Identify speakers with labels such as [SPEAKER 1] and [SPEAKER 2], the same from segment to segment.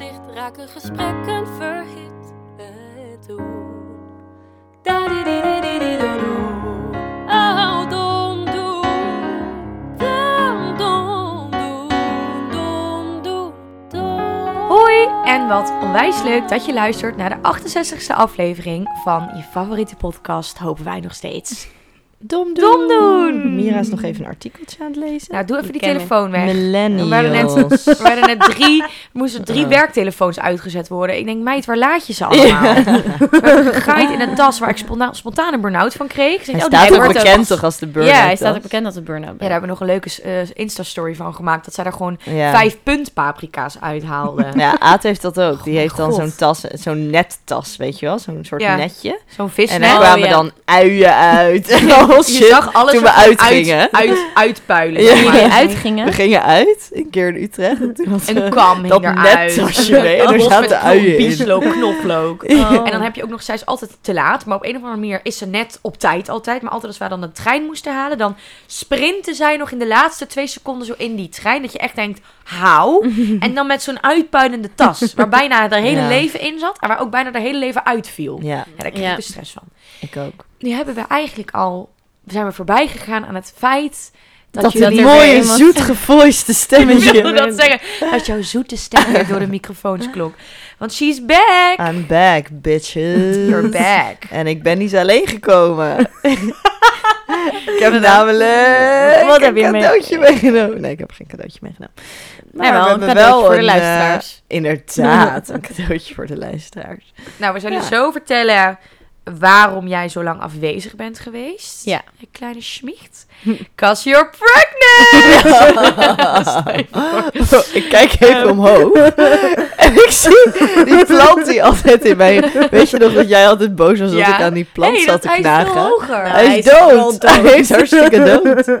[SPEAKER 1] de gesprekken verhit het doen. Da-di-di-di-di-di-do-do. Oh, dom, doen. Dom, dom, doen. Dom, doen, dom.
[SPEAKER 2] Hoi en wat onwijs leuk dat je luistert naar de 68e aflevering van je favoriete podcast, hopen wij nog steeds.
[SPEAKER 3] Dom doen.
[SPEAKER 2] Dom doen!
[SPEAKER 3] Mira is nog even een artikeltje aan het lezen.
[SPEAKER 2] Nou, doe even die
[SPEAKER 3] ken me.
[SPEAKER 2] telefoon weg.
[SPEAKER 3] Millennials.
[SPEAKER 2] We waren net, we waren net drie, er moesten drie werktelefoons uitgezet worden. Ik denk, meid, waar laat je ze allemaal?
[SPEAKER 3] Ja.
[SPEAKER 2] We hebben gegaaid in een tas waar ik spontaan, spontaan een burn-out van kreeg. Ik zeg,
[SPEAKER 3] Hij
[SPEAKER 2] oh, die
[SPEAKER 3] staat ook
[SPEAKER 2] wordt
[SPEAKER 3] bekend toch als de burn
[SPEAKER 4] ja, hij staat ook bekend als een burn-out.
[SPEAKER 2] Ja, daar hebben we nog een leuke eh, Insta-story van gemaakt. Dat zij daar gewoon
[SPEAKER 3] Ja.
[SPEAKER 2] vijf punt paprika's uithaalde.
[SPEAKER 3] Ja, Aad heeft dat ook. Die
[SPEAKER 2] Oh,
[SPEAKER 3] heeft dan
[SPEAKER 2] God.
[SPEAKER 3] zo'n tas, zo'n nettas, weet je wel? Zo'n soort
[SPEAKER 2] Ja.
[SPEAKER 3] netje.
[SPEAKER 2] Zo'n
[SPEAKER 3] En
[SPEAKER 2] visnet.
[SPEAKER 3] daar
[SPEAKER 4] Oh,
[SPEAKER 3] kwamen
[SPEAKER 4] ja.
[SPEAKER 3] dan uien uit. Oh shit.
[SPEAKER 2] Je zag alles
[SPEAKER 3] Toen we
[SPEAKER 2] er gewoon
[SPEAKER 3] uitgingen.
[SPEAKER 2] Uit, uit, uitpuilen.
[SPEAKER 3] Ja.
[SPEAKER 2] zeg maar.
[SPEAKER 4] die
[SPEAKER 3] We
[SPEAKER 4] uitgingen.
[SPEAKER 3] gingen uit, een keer in Utrecht. En toen had
[SPEAKER 2] Een
[SPEAKER 3] ze
[SPEAKER 2] kam hing
[SPEAKER 3] dat
[SPEAKER 2] eruit.
[SPEAKER 3] nettasje mee. En
[SPEAKER 2] Een
[SPEAKER 3] er
[SPEAKER 2] bos
[SPEAKER 3] zaten
[SPEAKER 2] met
[SPEAKER 3] uien in.
[SPEAKER 2] bieslook, knoflook.
[SPEAKER 3] eh,
[SPEAKER 4] Oh.
[SPEAKER 2] En dan heb je ook nog, zij is altijd te laat, maar op een of andere manier is ze net op tijd altijd. Maar altijd als wij dan de trein moesten halen, dan sprinten zij nog in de laatste twee seconden zo in die trein. Dat je echt denkt, hou. En dan met zo'n uitpuilende tas, waar bijna haar hele
[SPEAKER 3] Ja.
[SPEAKER 2] leven in zat. En waar ook bijna haar hele leven uitviel. Ja,
[SPEAKER 3] Ja,
[SPEAKER 2] daar kreeg
[SPEAKER 4] Ja.
[SPEAKER 2] ik de stress van.
[SPEAKER 3] ik ook.
[SPEAKER 2] Nu hebben we eigenlijk al, we zijn we voorbij gegaan aan het feit... Dat,
[SPEAKER 3] Dat,
[SPEAKER 2] je dat
[SPEAKER 3] die
[SPEAKER 4] er
[SPEAKER 3] mooie,
[SPEAKER 4] weer iemand-
[SPEAKER 3] zoet gevoiste
[SPEAKER 2] ik wilde
[SPEAKER 3] stemmetje.
[SPEAKER 2] dat zeggen. Dat jouw zoete stem weer door de microfoons klonk. Want she's back.
[SPEAKER 3] I'm back, bitches.
[SPEAKER 2] You're back.
[SPEAKER 3] En ik ben niet alleen gekomen. ik heb namelijk
[SPEAKER 4] Wat heb je
[SPEAKER 3] een
[SPEAKER 4] mee-
[SPEAKER 3] cadeautje meegenomen. Nee, ik heb geen cadeautje meegenomen.
[SPEAKER 4] Maar wel een cadeautje voor de
[SPEAKER 3] eh,
[SPEAKER 4] luisteraars.
[SPEAKER 3] inderdaad, een cadeautje voor de luisteraars.
[SPEAKER 2] Nou, we zullen
[SPEAKER 3] Ja.
[SPEAKER 2] zo vertellen waarom jij zo lang afwezig bent geweest.
[SPEAKER 4] Ja.
[SPEAKER 2] Een kleine schmicht. Cause you're pregnant! Stel je voor.
[SPEAKER 3] ik kijk even omhoog. en ik zie die plant die altijd in mij... Weet je nog dat jij altijd boos was dat
[SPEAKER 2] Ja.
[SPEAKER 3] ik aan die plant
[SPEAKER 2] hey, dat
[SPEAKER 3] zat te
[SPEAKER 2] hij is veel
[SPEAKER 3] knagen?
[SPEAKER 2] hoger.
[SPEAKER 4] Nou,
[SPEAKER 3] Hij
[SPEAKER 4] Hij
[SPEAKER 3] is
[SPEAKER 4] is vooral
[SPEAKER 3] dood.
[SPEAKER 4] dood.
[SPEAKER 3] Hij is hartstikke dood.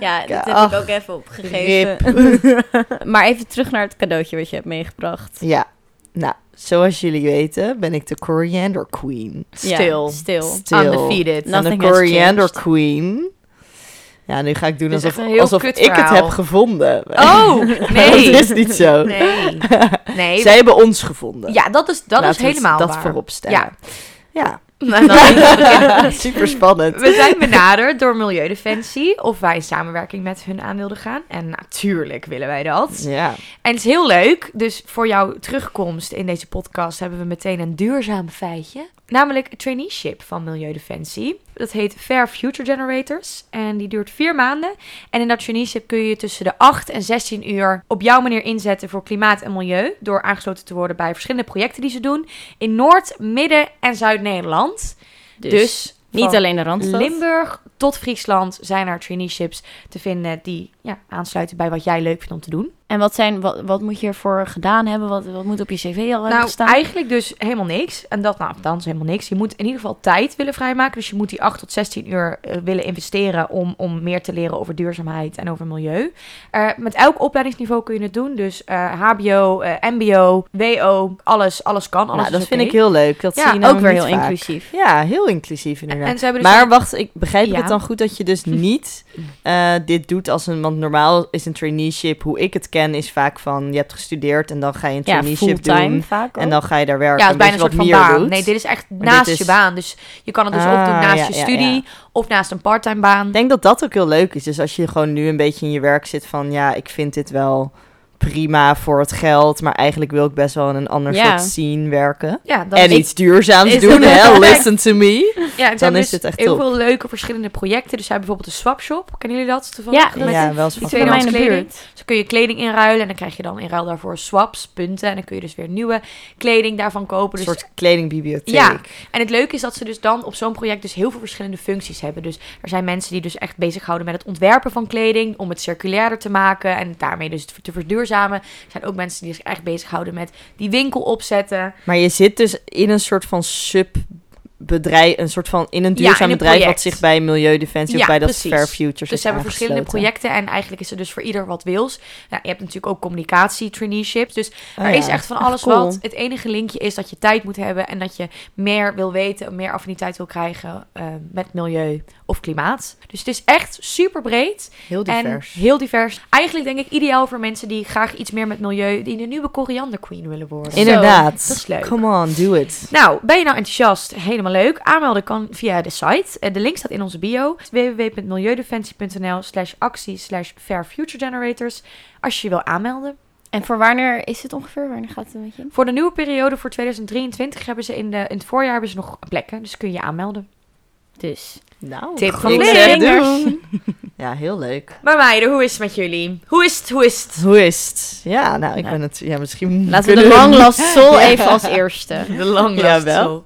[SPEAKER 4] Ja, dat heb
[SPEAKER 3] Ach,
[SPEAKER 4] ik ook even opgegeven.
[SPEAKER 3] Rip.
[SPEAKER 4] Maar even terug naar het cadeautje wat je hebt meegebracht.
[SPEAKER 3] Ja, nou, zoals jullie weten ben ik de Coriander Queen.
[SPEAKER 4] Ja,
[SPEAKER 2] Stil.
[SPEAKER 4] stil.
[SPEAKER 3] Stil.
[SPEAKER 2] Undefeated.
[SPEAKER 4] Nou,
[SPEAKER 3] En de
[SPEAKER 4] Nothing has
[SPEAKER 3] Coriander
[SPEAKER 4] changed.
[SPEAKER 3] Queen. Ja, nu ga ik doen
[SPEAKER 2] Dit is
[SPEAKER 3] alsof,
[SPEAKER 2] echt een heel
[SPEAKER 3] alsof
[SPEAKER 2] kut
[SPEAKER 3] ik het
[SPEAKER 2] verhaal.
[SPEAKER 3] heb gevonden.
[SPEAKER 2] Oh, nee.
[SPEAKER 3] Dat is niet zo.
[SPEAKER 2] Nee. Nee.
[SPEAKER 3] Zij hebben ons gevonden.
[SPEAKER 2] Ja, dat is, dat is
[SPEAKER 3] Laten we
[SPEAKER 2] helemaal
[SPEAKER 3] dat
[SPEAKER 2] waar.
[SPEAKER 3] voorop stellen. Ja.
[SPEAKER 2] Nou, dan is het bekend.
[SPEAKER 3] Super spannend.
[SPEAKER 2] We zijn benaderd door Milieudefensie of wij in samenwerking met hun aan wilden gaan. En natuurlijk willen wij dat.
[SPEAKER 3] Ja.
[SPEAKER 2] En het is heel leuk. Dus voor jouw terugkomst in deze podcast hebben we meteen een duurzaam feitje. Namelijk een traineeship van Milieudefensie. Dat heet Fair Future Generators. En die duurt vier maanden. En in dat traineeship kun je tussen de 8 en 16 uur op jouw manier inzetten voor klimaat en milieu. Door aangesloten te worden bij verschillende projecten die ze doen. In Noord, Midden en Zuid-Nederland.
[SPEAKER 4] Dus,
[SPEAKER 2] Dus
[SPEAKER 4] niet
[SPEAKER 2] van-
[SPEAKER 4] alleen de Randstad.
[SPEAKER 2] Limburg tot Friesland zijn er traineeships te vinden die ja, aansluiten bij wat jij leuk vindt om te doen.
[SPEAKER 4] En wat, zijn, wat, wat moet je ervoor gedaan hebben? Wat, wat moet op je cv al hebben
[SPEAKER 2] Nou,
[SPEAKER 4] staan?
[SPEAKER 2] eigenlijk dus helemaal niks. En dat, nou, dan is helemaal niks. Je moet in ieder geval tijd willen vrijmaken. Dus je moet die 8 tot 16 uur eh, willen investeren om, om meer te leren over duurzaamheid en over milieu. Eh, met elk opleidingsniveau kun je het doen. Dus eh, HBO, eh, MBO, WO, alles, alles kan. Alles
[SPEAKER 3] Nou, dat
[SPEAKER 2] is
[SPEAKER 3] vind
[SPEAKER 2] oké.
[SPEAKER 3] ik heel leuk. Dat
[SPEAKER 2] Ja,
[SPEAKER 3] zie je
[SPEAKER 4] ook
[SPEAKER 3] namelijk
[SPEAKER 4] weer
[SPEAKER 3] niet
[SPEAKER 4] heel
[SPEAKER 3] vaak.
[SPEAKER 4] inclusief.
[SPEAKER 3] Ja, heel inclusief inderdaad.
[SPEAKER 2] En ze hebben dus
[SPEAKER 3] maar
[SPEAKER 2] een-
[SPEAKER 3] wacht, ik begrijp ik
[SPEAKER 2] Ja.
[SPEAKER 3] het dan goed dat je dus niet eh, dit doet als een... Want normaal is een traineeship, hoe ik het ken, is vaak van... Je hebt gestudeerd en dan ga je een
[SPEAKER 4] Ja,
[SPEAKER 3] traineeship
[SPEAKER 4] fulltime
[SPEAKER 3] doen.
[SPEAKER 4] vaak
[SPEAKER 3] En
[SPEAKER 4] ook.
[SPEAKER 3] dan ga je daar werken.
[SPEAKER 2] ja, het is bijna een
[SPEAKER 3] beetje
[SPEAKER 2] soort van
[SPEAKER 3] wat Mier
[SPEAKER 2] baan.
[SPEAKER 3] doet.
[SPEAKER 2] Nee, dit is echt
[SPEAKER 3] dit
[SPEAKER 2] naast je
[SPEAKER 3] is-
[SPEAKER 2] opdoen. baan. Dus je kan het dus
[SPEAKER 3] Ah,
[SPEAKER 2] opdoen naast
[SPEAKER 3] ja,
[SPEAKER 2] je
[SPEAKER 3] ja, ja.
[SPEAKER 2] studie of naast een parttime baan.
[SPEAKER 3] Ik denk dat dat ook heel leuk is. Dus als je gewoon nu een beetje in je werk zit van... Ja, ik vind dit wel prima voor het geld. Maar eigenlijk wil ik best wel in een ander
[SPEAKER 4] Ja.
[SPEAKER 3] soort scene werken.
[SPEAKER 2] Ja, dat
[SPEAKER 3] En
[SPEAKER 2] is-
[SPEAKER 3] iets duurzaams
[SPEAKER 2] is-
[SPEAKER 3] doen, hè?
[SPEAKER 2] Perfect.
[SPEAKER 3] Listen to me.
[SPEAKER 2] Ja, en ze
[SPEAKER 3] Dan
[SPEAKER 2] hebben
[SPEAKER 3] is
[SPEAKER 2] dus
[SPEAKER 3] het echt
[SPEAKER 2] heel
[SPEAKER 3] top.
[SPEAKER 2] veel leuke verschillende projecten. Dus zij hebben bijvoorbeeld een swapshop. Kennen jullie dat
[SPEAKER 4] Ja,
[SPEAKER 2] toevallig?
[SPEAKER 4] dat
[SPEAKER 2] Met-
[SPEAKER 3] Ja, wel eens
[SPEAKER 2] die
[SPEAKER 4] Bij
[SPEAKER 3] van
[SPEAKER 4] mij
[SPEAKER 2] tweedehands
[SPEAKER 4] in de
[SPEAKER 2] kleding.
[SPEAKER 4] buurt.
[SPEAKER 2] Dus dan kun je kleding inruilen en dan krijg je dan in ruil daarvoor swaps, punten. En dan kun je dus weer nieuwe kleding daarvan kopen.
[SPEAKER 3] Een
[SPEAKER 2] Dus
[SPEAKER 3] soort kledingbibliotheek.
[SPEAKER 2] Ja. en het leuke is dat ze dus dan op zo'n project dus heel veel verschillende functies hebben. Dus er zijn mensen die dus echt bezighouden met het ontwerpen van kleding, om het circulairder te maken en daarmee dus te verduurzamen. Er zijn ook mensen die zich echt bezighouden met die winkel opzetten.
[SPEAKER 3] Maar je zit dus in een soort van subbedrijf, een soort van in een
[SPEAKER 2] Ja,
[SPEAKER 3] duurzaam
[SPEAKER 2] in een
[SPEAKER 3] bedrijf
[SPEAKER 2] project.
[SPEAKER 3] wat zich bij Milieudefensie
[SPEAKER 2] Ja,
[SPEAKER 3] of bij dat
[SPEAKER 2] precies.
[SPEAKER 3] Fair Futures
[SPEAKER 2] Dus ze
[SPEAKER 3] heeft
[SPEAKER 2] hebben verschillende
[SPEAKER 3] aangesloten.
[SPEAKER 2] projecten en eigenlijk is er dus voor ieder wat wils. Nou, je hebt natuurlijk ook communicatie traineeships. Dus
[SPEAKER 3] Oh
[SPEAKER 2] er
[SPEAKER 3] ja.
[SPEAKER 2] is echt van alles
[SPEAKER 4] cool.
[SPEAKER 2] wat. Het enige linkje is dat je tijd moet hebben en dat je meer wil weten, meer affiniteit wil krijgen eh, met milieu of klimaat. Dus het is echt super breed
[SPEAKER 3] Heel divers.
[SPEAKER 2] en heel divers. Eigenlijk denk ik ideaal voor mensen die graag iets meer met milieu, die de nieuwe koriander queen willen worden.
[SPEAKER 3] Inderdaad.
[SPEAKER 2] dat is leuk.
[SPEAKER 3] Come on, do it.
[SPEAKER 2] Nou, ben je nou enthousiast? Helemaal leuk. Aanmelden kan via de site. Eh, De link staat in onze bio. www.milieudefensie.nl slash actie slash fairfuturegenerators. Als je je wil aanmelden.
[SPEAKER 4] En voor wanneer is het ongeveer? Wanneer gaat het een beetje in?
[SPEAKER 2] Voor de nieuwe periode voor 2023 hebben ze in, de, in het voorjaar hebben ze nog plekken. Dus kun je je aanmelden.
[SPEAKER 4] Dus.
[SPEAKER 3] Nou,
[SPEAKER 2] Tip van
[SPEAKER 3] ik
[SPEAKER 2] Link.
[SPEAKER 3] zeg dus. Ja, heel leuk.
[SPEAKER 2] Maar meiden, hoe is het met jullie? Hoe is het? Hoe is het?
[SPEAKER 3] Hoe is het? Ja, nou, ik
[SPEAKER 4] Nou.
[SPEAKER 3] ben het... Ja, misschien...
[SPEAKER 4] Laten we de
[SPEAKER 3] kunnen
[SPEAKER 4] lang last sol
[SPEAKER 3] Ja.
[SPEAKER 4] even als eerste.
[SPEAKER 2] De lang
[SPEAKER 3] last wel.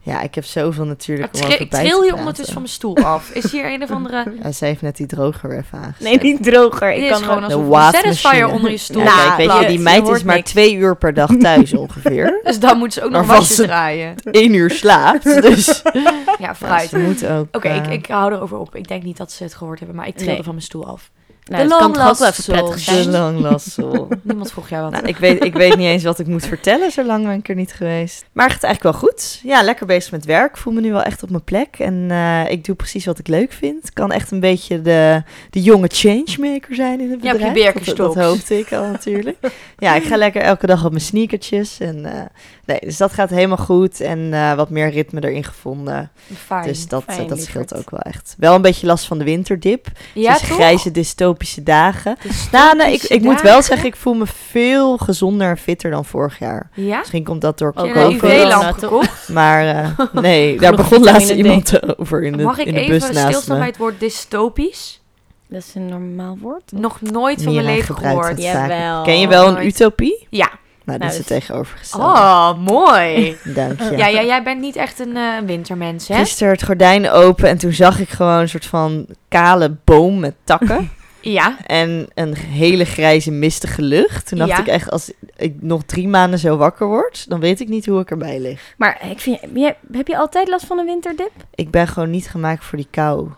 [SPEAKER 3] Ja, ik heb zoveel natuurlijk om over
[SPEAKER 2] Ik
[SPEAKER 3] bij te
[SPEAKER 2] tril hier
[SPEAKER 3] praten.
[SPEAKER 2] ondertussen van mijn stoel af. Is hier een of andere...
[SPEAKER 3] Ja, zij heeft net die droger even aangezet.
[SPEAKER 4] Nee, niet droger.
[SPEAKER 2] Dit
[SPEAKER 4] Ik
[SPEAKER 2] is
[SPEAKER 4] kan
[SPEAKER 2] gewoon
[SPEAKER 4] gewoon...
[SPEAKER 3] De
[SPEAKER 2] alsof een
[SPEAKER 3] waasmachine.
[SPEAKER 2] satisfier onder je stoel
[SPEAKER 3] Ja,
[SPEAKER 4] Nou,
[SPEAKER 3] kijk, weet je,
[SPEAKER 2] plakt.
[SPEAKER 3] die
[SPEAKER 4] je
[SPEAKER 3] meid is
[SPEAKER 4] hoort
[SPEAKER 3] maar
[SPEAKER 4] niks.
[SPEAKER 3] twee uur per dag thuis ongeveer.
[SPEAKER 2] Dus dan moeten ze ook nog
[SPEAKER 3] Waarvan
[SPEAKER 2] wasjes
[SPEAKER 3] ze-
[SPEAKER 2] draaien.
[SPEAKER 3] Eén uur slaapt, dus...
[SPEAKER 2] Ja,
[SPEAKER 3] Ja,
[SPEAKER 2] vooruit.
[SPEAKER 3] ze moet ook...
[SPEAKER 2] Oké, ik,
[SPEAKER 3] eh,
[SPEAKER 2] ik hou erover op. Ik denk niet dat ze het gehoord hebben, maar ik trilde
[SPEAKER 4] Nee.
[SPEAKER 2] van mijn stoel af.
[SPEAKER 4] Nou,
[SPEAKER 2] de
[SPEAKER 4] het kan
[SPEAKER 2] long
[SPEAKER 4] toch ook wel
[SPEAKER 2] last
[SPEAKER 4] even prettig
[SPEAKER 2] sol.
[SPEAKER 3] De
[SPEAKER 4] zijn.
[SPEAKER 3] lang lassel.
[SPEAKER 2] Niemand vroeg jou wat.
[SPEAKER 3] Nou, ik, weet, ik weet niet eens wat ik moet vertellen, zo lang ben ik er niet geweest. Maar gaat eigenlijk wel goed. Ja, lekker bezig met werk. Voel me nu wel echt op mijn plek. En eh, ik doe precies wat ik leuk vind. Kan echt een beetje de, de jonge changemaker zijn in het
[SPEAKER 2] Ja, op je
[SPEAKER 3] bedrijf. dat, dat
[SPEAKER 2] beerkenstoks.
[SPEAKER 3] hoopte ik al natuurlijk. ja, ik ga lekker elke dag op mijn sneakertjes. En, eh, nee, dus dat gaat helemaal goed. En eh, wat meer ritme erin gevonden.
[SPEAKER 2] Fijn.
[SPEAKER 3] dus dat,
[SPEAKER 4] fijn,
[SPEAKER 3] dat scheelt
[SPEAKER 4] lieverd.
[SPEAKER 3] ook wel echt. Wel een beetje last van de winterdip.
[SPEAKER 2] ja,
[SPEAKER 3] dus
[SPEAKER 2] toch?
[SPEAKER 3] grijze dystopische dagen. Nou, nee, ik, ik moet wel zeggen, ik voel me veel gezonder en fitter dan vorig jaar.
[SPEAKER 2] Ja?
[SPEAKER 3] Misschien komt dat door
[SPEAKER 2] Heb
[SPEAKER 4] Ook
[SPEAKER 2] je een
[SPEAKER 4] wel
[SPEAKER 3] COVID.
[SPEAKER 4] corona,
[SPEAKER 2] UV-lamp
[SPEAKER 4] toch?
[SPEAKER 2] gekocht?
[SPEAKER 3] Maar eh, nee, daar begon
[SPEAKER 4] vitamine
[SPEAKER 3] laatst
[SPEAKER 4] D.
[SPEAKER 3] iemand over in de,
[SPEAKER 2] Mag ik
[SPEAKER 3] in de
[SPEAKER 2] even
[SPEAKER 3] bus naast
[SPEAKER 2] stilstaan
[SPEAKER 3] me.
[SPEAKER 2] bij het woord dystopisch?
[SPEAKER 4] Dat is een normaal woord.
[SPEAKER 2] Nog nooit van
[SPEAKER 3] Mira
[SPEAKER 2] mijn leven
[SPEAKER 3] gebruikt het
[SPEAKER 4] Ja.
[SPEAKER 2] gehoord.
[SPEAKER 3] vaak.
[SPEAKER 4] Jawel.
[SPEAKER 3] Ken je wel een
[SPEAKER 2] Oh, Nooit.
[SPEAKER 3] utopie?
[SPEAKER 2] Ja.
[SPEAKER 3] Nou, dat
[SPEAKER 4] Nou,
[SPEAKER 3] is het
[SPEAKER 4] dus-
[SPEAKER 3] tegenovergestelde.
[SPEAKER 2] Oh, mooi.
[SPEAKER 3] Dank je.
[SPEAKER 2] Ja, ja, jij bent niet echt een eh, wintermens, hè?
[SPEAKER 3] Gisteren het gordijn open en toen zag ik gewoon een soort van kale boom met takken.
[SPEAKER 2] Ja.
[SPEAKER 3] en een hele grijze mistige lucht. Toen dacht
[SPEAKER 2] Ja.
[SPEAKER 3] ik echt, als ik nog drie maanden zo wakker word, dan weet ik niet hoe ik erbij lig.
[SPEAKER 4] Maar ik vind, jij- heb je altijd last van een winterdip?
[SPEAKER 3] Ik ben gewoon niet gemaakt voor die kou.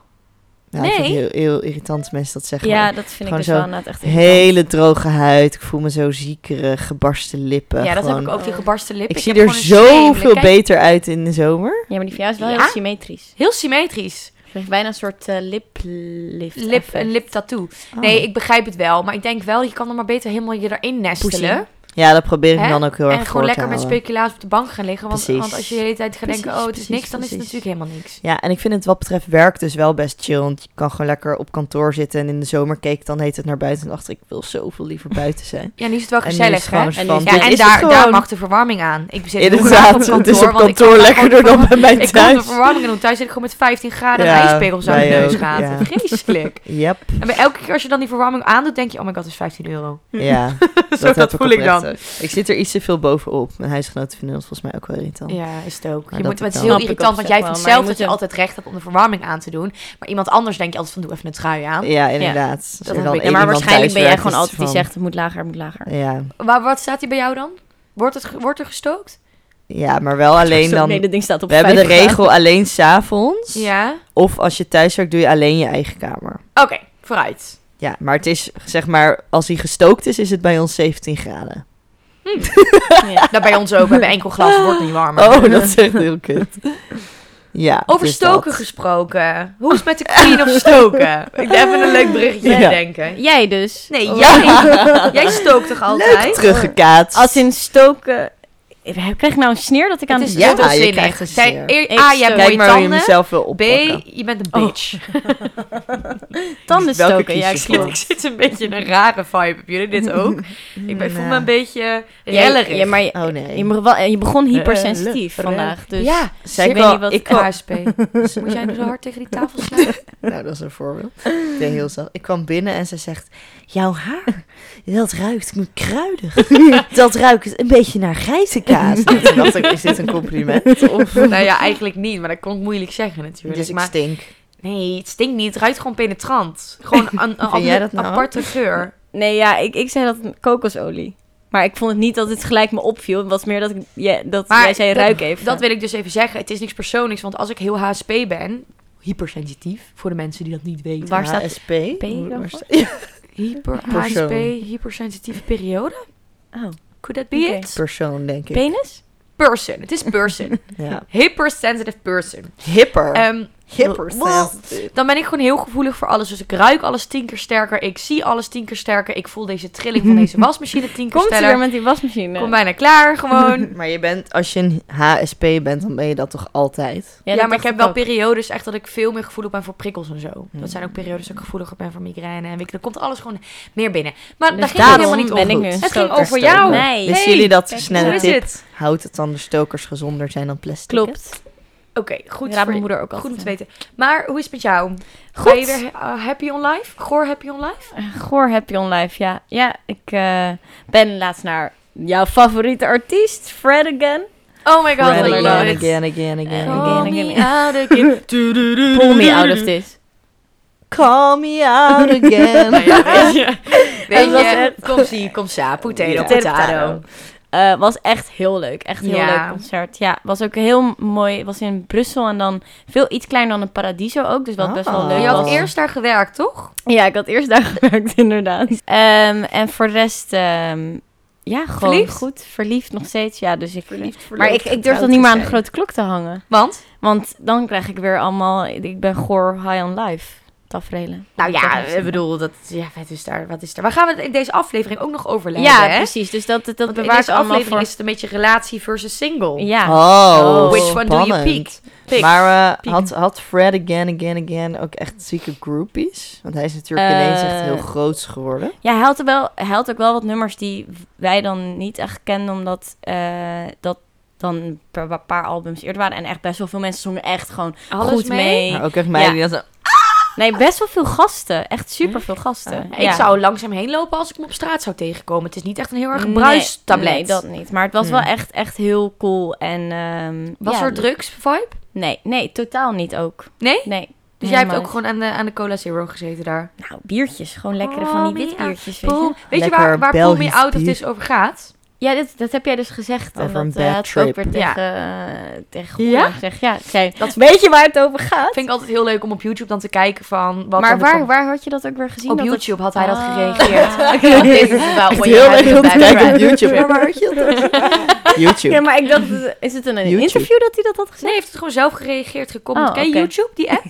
[SPEAKER 3] Ja, Ik vind
[SPEAKER 2] Nee?
[SPEAKER 3] het heel, heel irritant als mensen dat zeggen.
[SPEAKER 4] Ja, dat vind ik
[SPEAKER 3] Gewoon
[SPEAKER 4] dus
[SPEAKER 3] zo
[SPEAKER 4] wel inderdaad echt irritant.
[SPEAKER 3] Hele droge huid. Ik voel me zo ziekerig. Gebarsten lippen.
[SPEAKER 2] Ja, dat heb
[SPEAKER 3] gewoon-
[SPEAKER 2] ik ook, die gebarsten lippen.
[SPEAKER 3] Ik zie
[SPEAKER 2] heb
[SPEAKER 3] er
[SPEAKER 2] gewoon een
[SPEAKER 3] zoveel
[SPEAKER 2] stedelijk- Kijk,
[SPEAKER 3] beter uit in de zomer.
[SPEAKER 4] Ja, maar die van jou is wel
[SPEAKER 2] Ja?
[SPEAKER 4] heel symmetrisch.
[SPEAKER 2] Heel symmetrisch.
[SPEAKER 4] Je krijgt bijna een soort eh, liplift.
[SPEAKER 2] Lip,
[SPEAKER 4] effect.
[SPEAKER 2] een liptattoo.
[SPEAKER 3] Oh.
[SPEAKER 2] Nee, ik begrijp het wel. Maar ik denk wel, je kan er maar beter helemaal je erin nestelen.
[SPEAKER 4] Poesie.
[SPEAKER 3] Ja, dat probeer ik
[SPEAKER 2] Hè?
[SPEAKER 3] dan ook heel
[SPEAKER 2] En
[SPEAKER 3] erg
[SPEAKER 2] gewoon
[SPEAKER 3] voor te
[SPEAKER 2] lekker met
[SPEAKER 3] houden.
[SPEAKER 2] speculaas op de bank gaan liggen. Want,
[SPEAKER 3] Precies.
[SPEAKER 2] want als je de hele tijd gaat denken,
[SPEAKER 4] Precies,
[SPEAKER 2] oh, het is
[SPEAKER 4] precies,
[SPEAKER 2] niks, dan is het
[SPEAKER 4] precies.
[SPEAKER 2] natuurlijk helemaal niks.
[SPEAKER 3] Ja, en ik vind het wat betreft werk dus wel best chill. Want je kan gewoon lekker op kantoor zitten. En in de zomer keek ik dan heet het naar buiten. En dacht ik, ik wil zoveel liever buiten zijn.
[SPEAKER 2] Ja, nu is het wel
[SPEAKER 3] En nu is het
[SPEAKER 2] gezellig,
[SPEAKER 3] gewoon
[SPEAKER 2] hè?
[SPEAKER 3] een
[SPEAKER 4] En nu
[SPEAKER 3] van,
[SPEAKER 4] is-
[SPEAKER 2] Ja,
[SPEAKER 3] dit
[SPEAKER 2] en
[SPEAKER 3] is het
[SPEAKER 2] daar, daar
[SPEAKER 3] gewoon.
[SPEAKER 2] mag de verwarming aan. Ik zit heel graag op
[SPEAKER 3] Inderdaad,
[SPEAKER 2] kantoor,
[SPEAKER 3] het is op
[SPEAKER 2] want ik kan
[SPEAKER 3] kantoor
[SPEAKER 2] daar
[SPEAKER 3] lekkerder
[SPEAKER 2] gewoon
[SPEAKER 3] dan
[SPEAKER 2] de
[SPEAKER 3] bij mij
[SPEAKER 2] Ik kan de
[SPEAKER 3] thuis.
[SPEAKER 2] verwarming doen. Thuis zit ik gewoon met 15 graden en
[SPEAKER 3] Ja,
[SPEAKER 2] ijspegels aan
[SPEAKER 3] wij
[SPEAKER 2] de neus
[SPEAKER 3] ook,
[SPEAKER 2] gaat.
[SPEAKER 3] ja.
[SPEAKER 2] Vreselijk.
[SPEAKER 3] Yep.
[SPEAKER 2] En bij elke keer als je dan die verwarming aandoet, denk je... Oh my god, dat is 15 euro.
[SPEAKER 3] Ja,
[SPEAKER 2] Zo, dat,
[SPEAKER 3] heb
[SPEAKER 2] voel ik
[SPEAKER 3] oprecht
[SPEAKER 2] dan.
[SPEAKER 3] ook. Ik zit er iets te veel bovenop. Mijn huisgenoten vinden dat volgens mij ook wel irritant.
[SPEAKER 2] Ja, is het ook.
[SPEAKER 3] Maar
[SPEAKER 2] Je
[SPEAKER 3] dat
[SPEAKER 2] moet, het is
[SPEAKER 3] kan.
[SPEAKER 2] heel
[SPEAKER 4] Snap ik
[SPEAKER 2] irritant,
[SPEAKER 4] op
[SPEAKER 2] want
[SPEAKER 4] zich
[SPEAKER 2] jij vindt
[SPEAKER 4] wel, maar
[SPEAKER 2] zelf
[SPEAKER 4] je
[SPEAKER 2] dat je
[SPEAKER 4] moet
[SPEAKER 2] altijd recht hebt om de verwarming aan te doen. Maar iemand anders denk je altijd van, doe even een trui aan.
[SPEAKER 3] Ja, inderdaad. Als
[SPEAKER 2] dat
[SPEAKER 3] er
[SPEAKER 2] heb
[SPEAKER 3] dan
[SPEAKER 2] ik.
[SPEAKER 4] Ja,
[SPEAKER 3] één
[SPEAKER 4] maar
[SPEAKER 3] iemand
[SPEAKER 4] waarschijnlijk
[SPEAKER 3] thuis
[SPEAKER 4] ben jij
[SPEAKER 3] werkt,
[SPEAKER 4] gewoon
[SPEAKER 3] is het
[SPEAKER 4] altijd die
[SPEAKER 3] van-
[SPEAKER 4] zegt, het moet lager, het moet lager.
[SPEAKER 3] Ja,
[SPEAKER 2] Maar wat staat hier bij jou dan? Wordt, het, ge- wordt er gestookt?
[SPEAKER 3] ja, maar wel alleen
[SPEAKER 4] Zo,
[SPEAKER 3] dan...
[SPEAKER 4] Nee, dat ding staat op
[SPEAKER 3] we hebben de
[SPEAKER 4] vijf graden.
[SPEAKER 3] regel alleen s'avonds.
[SPEAKER 2] Ja.
[SPEAKER 3] Of als je thuiswerkt, doe je alleen je eigen kamer.
[SPEAKER 2] Oké, vooruit.
[SPEAKER 3] Ja, maar het is, zeg maar, als hij gestookt is, is het bij ons 17 graden.
[SPEAKER 4] Ja.
[SPEAKER 2] Dat Nou, bij ons ook. We hebben enkel glas, het wordt niet warmer.
[SPEAKER 3] Oh, dat is echt heel kut. Ja,
[SPEAKER 2] Over
[SPEAKER 3] dus
[SPEAKER 2] stoken
[SPEAKER 3] dat.
[SPEAKER 2] gesproken. Hoe is het met de queen of stoken? Ik denk even een leuk bruggetje
[SPEAKER 3] Ja.
[SPEAKER 2] denken.
[SPEAKER 4] Jij dus.
[SPEAKER 2] Nee,
[SPEAKER 4] Oh.
[SPEAKER 2] jij, jij stookt toch altijd?
[SPEAKER 3] Leuk teruggekaatst.
[SPEAKER 4] Als in stoken... Ik krijg nou een sneer dat ik aan
[SPEAKER 2] Het
[SPEAKER 4] het
[SPEAKER 2] is
[SPEAKER 3] Ja, je
[SPEAKER 2] dubbelzinnig.
[SPEAKER 3] krijgt een
[SPEAKER 2] Zij-
[SPEAKER 3] sneer.
[SPEAKER 2] eer-
[SPEAKER 4] Ik
[SPEAKER 2] A, je Oh. hebt
[SPEAKER 4] stook.
[SPEAKER 2] mooie
[SPEAKER 3] Kijk maar hoe je
[SPEAKER 2] tanden.
[SPEAKER 3] mezelf wil
[SPEAKER 2] B,
[SPEAKER 3] oppakken.
[SPEAKER 2] je bent een bitch.
[SPEAKER 4] tanden
[SPEAKER 3] Welke
[SPEAKER 4] stoken. Ja,
[SPEAKER 3] kies je?
[SPEAKER 4] klopt.
[SPEAKER 2] ik zit een beetje in een rare vibe. Hebben jullie dit ook? Ik ben, voel me een beetje
[SPEAKER 4] Ja,
[SPEAKER 2] rellerig.
[SPEAKER 4] Ja, maar je,
[SPEAKER 3] Oh nee.
[SPEAKER 4] je, mag wel, je begon hypersensitief vandaag. Dus
[SPEAKER 2] Eh, ja,
[SPEAKER 3] Zij
[SPEAKER 4] ik Dus,
[SPEAKER 3] kan-
[SPEAKER 4] weet niet wat-
[SPEAKER 3] ik kan-
[SPEAKER 2] KSP. Moet jij nu
[SPEAKER 4] eh,
[SPEAKER 2] zo hard tegen die tafel slaan?
[SPEAKER 3] Nou, dat is een voorbeeld. Ik ben heel zacht. Ik kwam binnen en ze zegt: Jouw haar, dat ruikt me kruidig. dat ruikt een beetje naar grijze kaas. En Toen dacht ik: Is dit een compliment? Of...
[SPEAKER 2] nou ja, eigenlijk niet, maar dat kon ik moeilijk zeggen natuurlijk.
[SPEAKER 3] Dus ik
[SPEAKER 2] maar
[SPEAKER 3] stink.
[SPEAKER 2] nee, het stinkt niet. Het ruikt gewoon penetrant. Gewoon een, een
[SPEAKER 3] Vind jij dat nou ook?
[SPEAKER 2] aparte geur.
[SPEAKER 4] Nee, ja, ik, ik zei dat een kokosolie. Maar ik vond het niet dat het gelijk me opviel. Het was meer dat, ik, ja, dat
[SPEAKER 2] Maar
[SPEAKER 4] jij zei,
[SPEAKER 2] dat-
[SPEAKER 4] ruik even.
[SPEAKER 2] Dat wil ik dus even zeggen. Het is niks persoonlijks, want als ik heel HSP ben, hypersensitief, voor de mensen die dat niet weten.
[SPEAKER 4] Waar staat
[SPEAKER 3] SP?
[SPEAKER 4] dan voor?
[SPEAKER 2] Hyper
[SPEAKER 3] Persoon.
[SPEAKER 2] HSP, hypersensitieve periode?
[SPEAKER 4] Oh,
[SPEAKER 2] Could that be
[SPEAKER 4] Oké.
[SPEAKER 2] it?
[SPEAKER 3] Persoon, denk ik.
[SPEAKER 4] penis?
[SPEAKER 2] Person. Het is person.
[SPEAKER 3] Ja.
[SPEAKER 2] Hypersensitive person.
[SPEAKER 3] Hipper.
[SPEAKER 2] Ehm,
[SPEAKER 3] Hippers.
[SPEAKER 2] Wat? Dan ben ik gewoon heel gevoelig voor alles. Dus ik ruik alles tien keer sterker. Ik zie alles tien keer sterker. Ik voel deze trilling van deze wasmachine tien keer
[SPEAKER 4] Komt ze
[SPEAKER 2] sneller.
[SPEAKER 4] weer met die wasmachine?
[SPEAKER 2] Kom bijna klaar gewoon.
[SPEAKER 3] Maar je bent, als je een HSP bent, dan ben je dat toch altijd?
[SPEAKER 2] Ja,
[SPEAKER 4] dat
[SPEAKER 2] maar ik
[SPEAKER 4] dacht
[SPEAKER 2] heb wel
[SPEAKER 4] ook. Mm.
[SPEAKER 2] periodes echt dat ik veel meer gevoelig ben voor prikkels en zo.
[SPEAKER 3] Hmm.
[SPEAKER 2] Dat zijn ook periodes dat ik gevoeliger ben voor migraine en wikkelen. Komt alles gewoon meer binnen. Maar
[SPEAKER 4] Dus
[SPEAKER 2] daar ging het
[SPEAKER 4] daarom
[SPEAKER 2] helemaal niet
[SPEAKER 4] ben
[SPEAKER 2] om.
[SPEAKER 4] ik nu een
[SPEAKER 2] Het ging over
[SPEAKER 4] stokerstoker.
[SPEAKER 2] jou.
[SPEAKER 4] Nee.
[SPEAKER 3] Wisten
[SPEAKER 2] Hey,
[SPEAKER 3] jullie dat
[SPEAKER 4] kijk,
[SPEAKER 2] Hoe
[SPEAKER 3] snelle
[SPEAKER 2] is
[SPEAKER 3] tip?
[SPEAKER 2] het?
[SPEAKER 3] Houdt het dan de stokers gezonder zijn dan plastic?
[SPEAKER 4] Klopt.
[SPEAKER 2] Oké, goed.
[SPEAKER 4] Raad
[SPEAKER 2] voor-
[SPEAKER 4] mijn moeder ook
[SPEAKER 2] Goed om te
[SPEAKER 4] altijd.
[SPEAKER 2] weten. Maar hoe is het met jou? Ben je
[SPEAKER 4] Goed.
[SPEAKER 2] weer eh, happy on life? Goor happy on life?
[SPEAKER 4] Goor Happy On Life, ja. Ja, ik eh, ben laatst naar jouw favoriete artiest, Fred Again.
[SPEAKER 2] Oh my god,
[SPEAKER 3] Again,
[SPEAKER 2] I love
[SPEAKER 3] again,
[SPEAKER 2] it.
[SPEAKER 3] again, again, again,
[SPEAKER 4] Call
[SPEAKER 2] Call
[SPEAKER 4] again,
[SPEAKER 2] me
[SPEAKER 4] again.
[SPEAKER 2] out again.
[SPEAKER 4] Pull me out of this.
[SPEAKER 3] Call me out again.
[SPEAKER 2] Nou ja, weet je. Weet
[SPEAKER 4] Dat was
[SPEAKER 2] je,
[SPEAKER 4] het.
[SPEAKER 2] kom zie, kom sa, potato,
[SPEAKER 3] Ja.
[SPEAKER 2] potato.
[SPEAKER 4] Eh, was echt heel leuk. Echt heel
[SPEAKER 2] Ja.
[SPEAKER 4] leuk concert. Ja, was ook heel mooi. Was in Brussel en dan veel iets kleiner dan een Paradiso ook. Dus wat best wel
[SPEAKER 3] Ah.
[SPEAKER 4] leuk
[SPEAKER 2] Je
[SPEAKER 4] was.
[SPEAKER 2] had eerst daar gewerkt, toch?
[SPEAKER 4] Ja, ik had eerst daar gewerkt, inderdaad. Ehm, en voor de rest, ehm, ja, gewoon
[SPEAKER 2] Verliefd?
[SPEAKER 4] goed. Verliefd nog steeds, ja. Dus ik, maar
[SPEAKER 3] verloofd,
[SPEAKER 4] ik, ik durf
[SPEAKER 3] getrouwd
[SPEAKER 4] dat niet meer aan
[SPEAKER 3] te
[SPEAKER 4] de
[SPEAKER 3] zijn.
[SPEAKER 4] grote klok te hangen.
[SPEAKER 2] Want?
[SPEAKER 4] Want dan krijg ik weer allemaal, ik ben goor high on life tafereelen.
[SPEAKER 2] Nou
[SPEAKER 4] Dat
[SPEAKER 2] ja,
[SPEAKER 4] heeft ze.
[SPEAKER 2] ik bedoel, dat, ja, wat is daar, wat is daar? Waar gaan we het in deze aflevering ook nog over hebben,
[SPEAKER 4] Ja,
[SPEAKER 2] hè?
[SPEAKER 4] precies. Dus dat, dat, dat
[SPEAKER 2] Want in
[SPEAKER 4] bewaart
[SPEAKER 2] deze
[SPEAKER 4] allemaal
[SPEAKER 2] aflevering
[SPEAKER 4] voor...
[SPEAKER 2] is het een beetje relatie versus single.
[SPEAKER 4] Ja.
[SPEAKER 3] Oh,
[SPEAKER 4] Oh.
[SPEAKER 2] Which one do you
[SPEAKER 3] spannend.
[SPEAKER 2] pick? pick?
[SPEAKER 3] Maar eh,
[SPEAKER 2] Pick.
[SPEAKER 3] had, had Fred again, again, again ook echt zieke groupies? Want hij is natuurlijk
[SPEAKER 4] Eh.
[SPEAKER 3] ineens echt heel groots geworden.
[SPEAKER 4] Ja, hij had, er wel, hij had ook wel wat nummers die wij dan niet echt kenden, omdat eh, dat dan een paar- paar albums eerder waren. En echt best wel veel mensen zongen echt gewoon
[SPEAKER 2] Alles
[SPEAKER 4] eh, goed mee.
[SPEAKER 3] Maar ook echt meiden die dat
[SPEAKER 4] Nee, best wel veel gasten. Echt super veel gasten.
[SPEAKER 2] Ik zou langzaam heen lopen als ik hem op straat zou tegenkomen. Het is niet echt een heel erg een bruistablet.
[SPEAKER 4] Nee, nee, dat niet. Maar het was
[SPEAKER 3] Hmm.
[SPEAKER 4] wel echt, echt heel cool. En, ehm
[SPEAKER 2] Was
[SPEAKER 4] ja,
[SPEAKER 2] er drugs-vibe?
[SPEAKER 4] Nee, nee, totaal niet ook.
[SPEAKER 2] Nee?
[SPEAKER 4] Nee.
[SPEAKER 2] Dus jij hebt
[SPEAKER 4] helemaal
[SPEAKER 2] ook gewoon aan de, aan de Cola Zero gezeten daar.
[SPEAKER 4] niet. Nou, biertjes. Gewoon lekkere van die
[SPEAKER 2] Oh, ja.
[SPEAKER 4] witbiertjes. Weet
[SPEAKER 2] Boom.
[SPEAKER 4] je?
[SPEAKER 2] Weet je
[SPEAKER 3] Lekker
[SPEAKER 2] waar, waar Pull Me
[SPEAKER 3] Belgisch
[SPEAKER 2] Out of
[SPEAKER 3] bier.
[SPEAKER 2] This over gaat?
[SPEAKER 4] Ja, dat, dat heb jij dus gezegd. en
[SPEAKER 3] Over een
[SPEAKER 4] dat, eh,
[SPEAKER 3] bad
[SPEAKER 4] had ik
[SPEAKER 3] trip.
[SPEAKER 4] ook weer
[SPEAKER 2] Ja.
[SPEAKER 4] tegen, eh, tegen
[SPEAKER 2] Ja?
[SPEAKER 4] Goor gezegd. Ja, ik zei,
[SPEAKER 2] Dat-
[SPEAKER 4] weet je waar het over gaat?
[SPEAKER 2] Vind ik altijd heel leuk om op YouTube dan te kijken van... Wat
[SPEAKER 4] maar
[SPEAKER 2] dan de
[SPEAKER 4] waar,
[SPEAKER 2] com-
[SPEAKER 4] waar had je dat ook weer gezien?
[SPEAKER 2] Op
[SPEAKER 4] dat het-
[SPEAKER 2] YouTube had hij dat
[SPEAKER 4] Ah.
[SPEAKER 2] gereageerd.
[SPEAKER 4] Ja.
[SPEAKER 2] Op Dit is wel
[SPEAKER 3] echt
[SPEAKER 2] what
[SPEAKER 3] heel
[SPEAKER 2] you have
[SPEAKER 3] erg
[SPEAKER 2] to
[SPEAKER 3] aan het
[SPEAKER 2] bad
[SPEAKER 3] kijken op
[SPEAKER 2] friend.
[SPEAKER 3] YouTube. Ja, maar had je dat? YouTube.
[SPEAKER 4] Ja, maar ik dacht, eh, is het in een
[SPEAKER 3] YouTube.
[SPEAKER 4] interview dat hij dat had gezegd?
[SPEAKER 2] Nee, hij heeft het gewoon zelf gereageerd, gecomment.
[SPEAKER 4] Oh,
[SPEAKER 2] Ken je
[SPEAKER 4] oké.
[SPEAKER 2] YouTube, die app?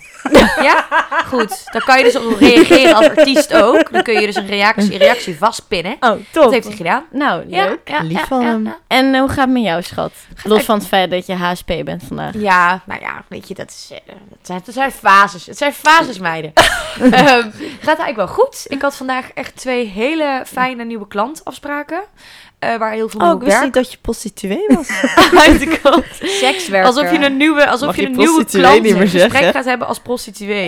[SPEAKER 2] ja? Goed. Dan kan je dus ook reageren als artiest ook. Dan kun je dus een reactie, reactie vastpinnen.
[SPEAKER 4] Oh,
[SPEAKER 2] Dat
[SPEAKER 4] top.
[SPEAKER 2] heeft hij gedaan.
[SPEAKER 4] Nou,
[SPEAKER 2] Ja,
[SPEAKER 4] leuk.
[SPEAKER 2] Ja,
[SPEAKER 3] Lief
[SPEAKER 2] ja,
[SPEAKER 3] van
[SPEAKER 2] ja,
[SPEAKER 3] hem.
[SPEAKER 2] Ja,
[SPEAKER 4] En eh, hoe gaat het met jou, schat? Los
[SPEAKER 2] lekker.
[SPEAKER 4] van het feit dat je HSP bent vandaag.
[SPEAKER 2] Ja, nou ja, weet je, dat, is, eh, dat, zijn, dat zijn fases. Het zijn fases, meiden. Ehm, gaat eigenlijk wel goed. Ik had vandaag echt twee hele fijne nieuwe klantafspraken. eh, waar heel veel
[SPEAKER 3] Oh, ik
[SPEAKER 2] nieuw
[SPEAKER 3] wist
[SPEAKER 2] werk
[SPEAKER 3] niet dat je prostituee was.
[SPEAKER 2] uitkomt.
[SPEAKER 4] Sekswerker.
[SPEAKER 2] Alsof je een nieuwe, alsof
[SPEAKER 3] Mag
[SPEAKER 2] je
[SPEAKER 3] je
[SPEAKER 2] een nieuwe
[SPEAKER 3] prostituee
[SPEAKER 2] klant
[SPEAKER 3] niet meer
[SPEAKER 2] een gesprek
[SPEAKER 3] zeggen?
[SPEAKER 2] gaat hebben als prostituee.